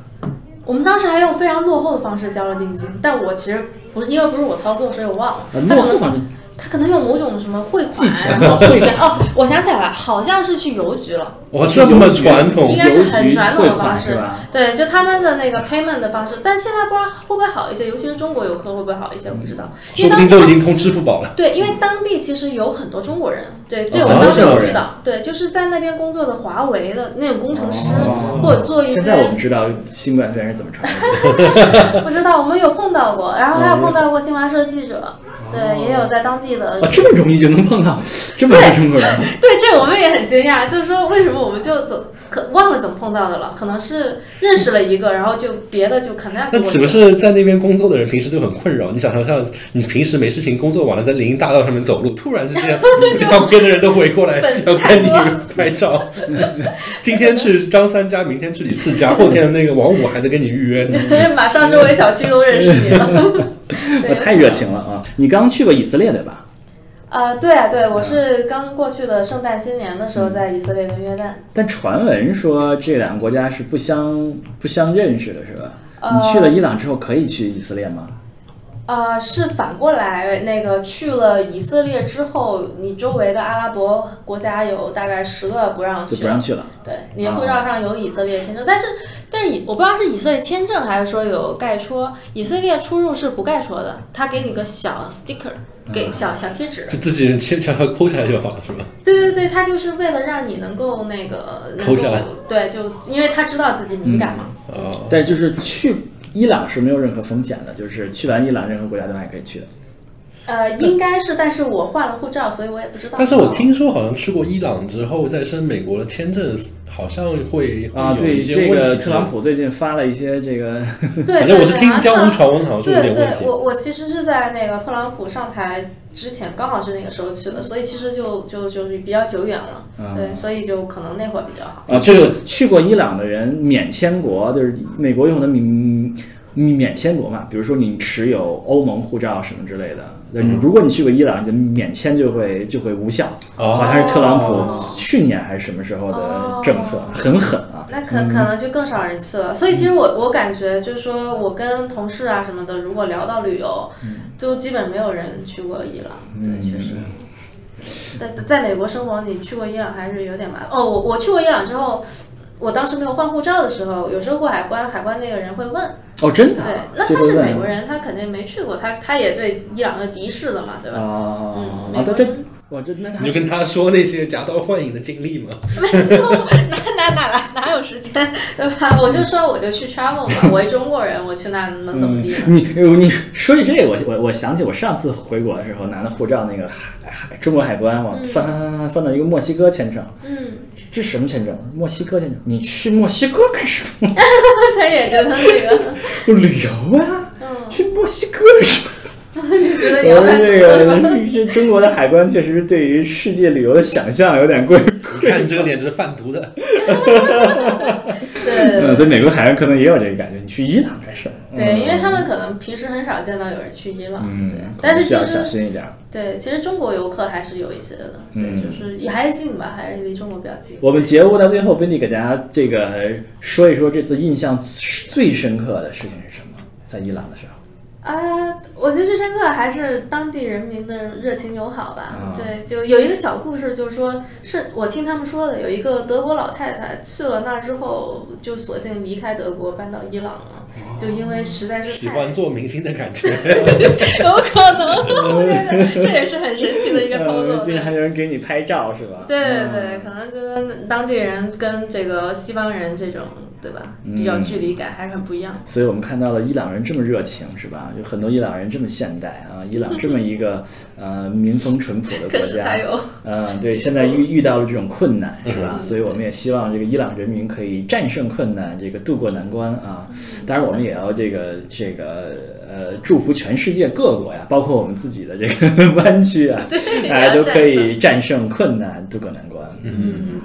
Speaker 3: 我们当时还用非常落后的方式交了定金，但我其实不是因为不是我操作，所以我忘了。
Speaker 1: 啊，落后反正
Speaker 3: 他可能用某种什么汇
Speaker 1: 寄
Speaker 3: 款，
Speaker 1: 钱
Speaker 3: 然后汇钱。哦，我想起来了，好像是去邮局了，
Speaker 2: 哇，这么传统
Speaker 3: 应该
Speaker 1: 邮
Speaker 3: 是很
Speaker 1: 局
Speaker 3: 传统
Speaker 1: 汇
Speaker 3: 的方
Speaker 1: 款是
Speaker 3: 式。
Speaker 1: 吧？
Speaker 3: 对，就他们的那个 payment 的方式，但现在不知道会不会好一些，尤其是中国游客会不会好一些，我不知道。因
Speaker 2: 说
Speaker 3: 为
Speaker 2: 不
Speaker 3: 当
Speaker 2: 定都已
Speaker 3: 地
Speaker 2: 经通支付 宝了。
Speaker 3: 对，因为当地其实有很多中国人，对，
Speaker 1: 嗯
Speaker 3: 这
Speaker 1: 哦
Speaker 3: 我们当时
Speaker 1: 很多中国
Speaker 3: 有
Speaker 1: 人
Speaker 3: 遇到，对，就是在那边工作的华为的那种工程师，
Speaker 1: 哦
Speaker 3: 或者做一些
Speaker 1: 现在我们知道新冠肺炎是怎么传染的。
Speaker 3: 不知道，我们有碰到过，然后还有碰到过新华社记者，
Speaker 1: 哦
Speaker 3: 对，也有在当地的
Speaker 1: 啊，这么容易就能碰到这么多中国人，
Speaker 3: 对，这我们也很惊讶，就是说为什么我们就总可忘了怎么碰到的了？可能是认识了一个，然后就别的就
Speaker 2: 那
Speaker 3: connect 过
Speaker 2: 岂不
Speaker 3: 去了。
Speaker 2: 是在那边工作的人平时就很困扰？你想想像你平时没事情工作完了，在林荫大道上面走路，突然之间两边的人都围过来
Speaker 3: 粉丝
Speaker 2: 要跟你
Speaker 3: 太
Speaker 2: 拍 照。今天去张三家，明天去李四家，后天那个王五还在跟你预约 呢。
Speaker 3: 马上周围小区都认识你 了， 对
Speaker 1: 我太热情了啊！你刚去过以色列对吧？
Speaker 3: 啊、对啊，对，我是刚过去的圣诞新年的时候，在以色列跟约旦。
Speaker 1: 但传闻说这两个国家是不相不相认识的，是吧？
Speaker 3: 呃
Speaker 1: 嗯你去了伊朗之后可以去以色列吗？
Speaker 3: 呃，是反过来，那个去了以色列之后，你周围的阿拉伯国家有大概十个不让
Speaker 1: 就
Speaker 3: 去
Speaker 1: 不，让去了。
Speaker 3: 对，你的护照上有以色列签证，但是但是以我不知道是以色列签证还是说有盖戳，以色列出入是不盖戳的，他给你个小 sticker，给
Speaker 1: 嗯
Speaker 3: 小小贴纸，
Speaker 2: 就自己人牵强抠下来就好了，是吧？
Speaker 3: 对对对，他就是为了让你能够那个能
Speaker 2: 抠下
Speaker 3: 够
Speaker 2: 来
Speaker 3: 对，就因为他知道自己敏感嘛，
Speaker 2: 哦，
Speaker 1: 但就是去伊朗是没有任何风险的，就是去完伊朗，任何国家都还可以去的。
Speaker 3: 呃，应该是，但是我换了护照，所以我也不知道。
Speaker 2: 但是我听说好像去过伊朗之后，再申美国的签证好像会
Speaker 1: 啊，
Speaker 2: 会有
Speaker 1: 对，
Speaker 2: 一些
Speaker 1: 这
Speaker 2: 问
Speaker 1: 个
Speaker 2: 题
Speaker 1: 特朗普最近发了一些这 个，
Speaker 3: 对，对
Speaker 2: 反正我是
Speaker 3: 对
Speaker 2: 听
Speaker 3: 好像
Speaker 2: 江
Speaker 3: 看
Speaker 2: 湖
Speaker 3: 了
Speaker 2: 传闻，好像是有
Speaker 3: 对
Speaker 2: 点问
Speaker 3: 对，
Speaker 2: 题。
Speaker 3: 我我其实是在那个特朗普上台之前，刚好是那个时候去的，所以其实就就就是比较久远了，
Speaker 1: 啊
Speaker 3: 对，所以就可能那会儿比较好。
Speaker 1: 啊，这个去过伊朗的人免签国，就是美国用的免免签国嘛，比如说你持有欧盟护照什么之类的。那
Speaker 2: 嗯
Speaker 1: 如果你去过伊朗，你的免签就会就会无效，
Speaker 2: 哦
Speaker 1: 好像是特朗普去年还是什么时候的政策，
Speaker 3: 哦
Speaker 1: 很狠啊。
Speaker 3: 那可可能就更少人去了，所以其实我我感觉就是说我跟同事啊什么的，如果聊到旅游，
Speaker 1: 嗯
Speaker 3: 就基本没有人去过伊朗，对，确实。
Speaker 1: 嗯
Speaker 3: 在在美国生活，你去过伊朗还是有点麻烦。哦，我我去过伊朗之后，我当时没有换护照的时候，有时候过海关，海关那个人会问，
Speaker 1: 哦，真的啊？
Speaker 3: 对，那
Speaker 1: 这
Speaker 3: 他
Speaker 1: 个
Speaker 3: 是
Speaker 1: 问
Speaker 3: 美国人，他肯定没去过，他他也对伊朗的敌视的嘛，对吧？
Speaker 1: 啊
Speaker 3: 嗯，
Speaker 1: 啊
Speaker 3: 美，
Speaker 1: 他
Speaker 3: 国
Speaker 1: 这
Speaker 3: 人
Speaker 1: 哇这那他
Speaker 2: 你就跟他说那些夹道欢迎的经历 嘛。
Speaker 3: 哪哪哪哪有时间，对吧？我就说我就去 travel 嘛，我一中国人，我去那能怎么地呢？
Speaker 1: 嗯
Speaker 3: 啊
Speaker 1: 你你说起这个，我我我想起我上次回国的时候拿的护照，那个海海中国海关往翻翻翻翻翻到一个墨西哥签证，
Speaker 3: 嗯，
Speaker 1: 这是什么签证？啊墨西哥签证？你去墨西哥干什么？
Speaker 3: 他也觉得那 个，
Speaker 1: 旅游啊？
Speaker 3: 嗯，
Speaker 1: 去墨西哥干什么？
Speaker 3: 就觉得你要
Speaker 1: 我们
Speaker 3: 搬走
Speaker 1: 这
Speaker 3: 是吧？
Speaker 1: 个这中国的海关确实对于世界旅游的想象有点过于
Speaker 2: 你看你这个脸是贩毒的，
Speaker 3: 对对
Speaker 1: 嗯，
Speaker 3: 对
Speaker 1: 所以美国海关可能也有这个感觉。你去伊朗干什么？
Speaker 3: 呃对，因为他们可能平时很少见到有人去伊朗，
Speaker 1: 嗯
Speaker 3: 对，，但是
Speaker 1: 需要
Speaker 3: 其
Speaker 1: 小
Speaker 3: 实
Speaker 1: 心一点。
Speaker 3: 对，其实中国游客还是有一些的，所以就是也还是近吧，还是离中国比较近。
Speaker 1: 我们节目到最后，温迪给大家这个说一说这次印象最深刻的事情是什么？在伊朗的时候，
Speaker 3: 啊，我觉得最深刻还是当地人民的热情友好吧。
Speaker 1: 啊
Speaker 3: 对，就有一个小故事，就是说是我听他们说的，有一个德国老太太去了那之后，就索性离开德国搬到伊朗了，就因为实在是
Speaker 2: 喜
Speaker 3: 太
Speaker 2: 欢做明星的感 觉。
Speaker 3: 有可能， 对对，这也是很神奇的一个操作。
Speaker 1: 呃竟然还有人给你拍照是吧？
Speaker 3: 对对
Speaker 1: 嗯
Speaker 3: 对，可能觉得当地人跟这个西方人这种，对吧，
Speaker 1: 嗯
Speaker 3: 比较距离感还是很不一样。
Speaker 1: 所以我们看到了伊朗人这么热情，是吧？有很多伊朗人这么现代啊，伊朗这么一个呃民风淳朴的
Speaker 3: 可
Speaker 1: 国
Speaker 3: 是他
Speaker 1: 家，
Speaker 3: 有，
Speaker 1: 嗯，对，现在遇遇到了这种困难，是
Speaker 2: 嗯
Speaker 1: 吧？所以我们也希望这个伊朗人民可以战胜困难，这个渡过难关啊。当然，我们也要这个这个呃，祝福全世界各国呀，包括我们自己的这个 湾区啊，
Speaker 3: 对，
Speaker 1: 大家都可
Speaker 3: 也要战胜。
Speaker 1: 以战胜困难，渡过难关。
Speaker 3: 嗯，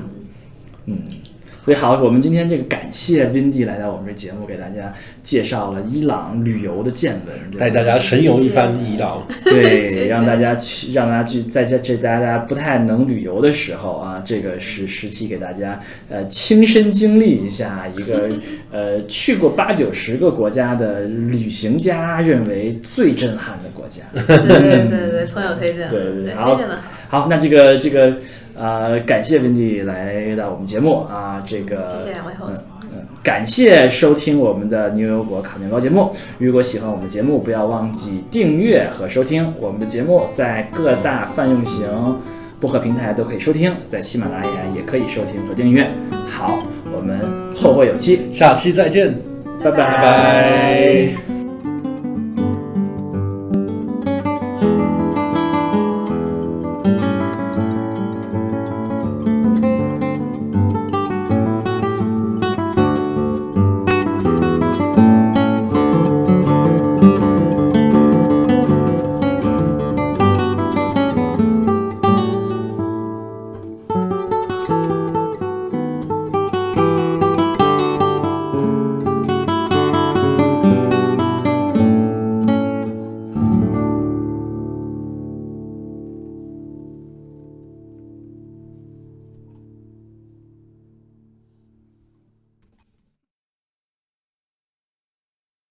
Speaker 1: 所以好，我们今天这个感谢 Windy 来到我们这节目，给大家介绍了伊朗旅游的见闻，对吧
Speaker 2: 带大家神游一番伊朗，
Speaker 3: 谢
Speaker 1: 对，
Speaker 3: 谢
Speaker 1: 让大家去，让大家去，在这这大家不太能旅游的时候啊，这个时时期给大家呃亲身经历一下一 个呃去过八九十个国家的旅行家认为最震撼的国 家。
Speaker 3: 对对对对，朋友推荐的，
Speaker 1: 对对对
Speaker 3: 对
Speaker 1: 好
Speaker 3: 推荐的好。
Speaker 1: 好，那这个这个呃，感谢温迪来到我们节目啊，这个
Speaker 3: 谢谢两位 host。
Speaker 1: 嗯感谢收听我们的牛油果烤面包节目。如果喜欢我们的节目，不要忘记订阅和收听我们的节目，在各大泛用型播客平台都可以收听，在喜马拉雅也可以收听和订阅。好，我们后会有期，
Speaker 2: 下期再见。
Speaker 1: 拜
Speaker 3: 拜
Speaker 1: 拜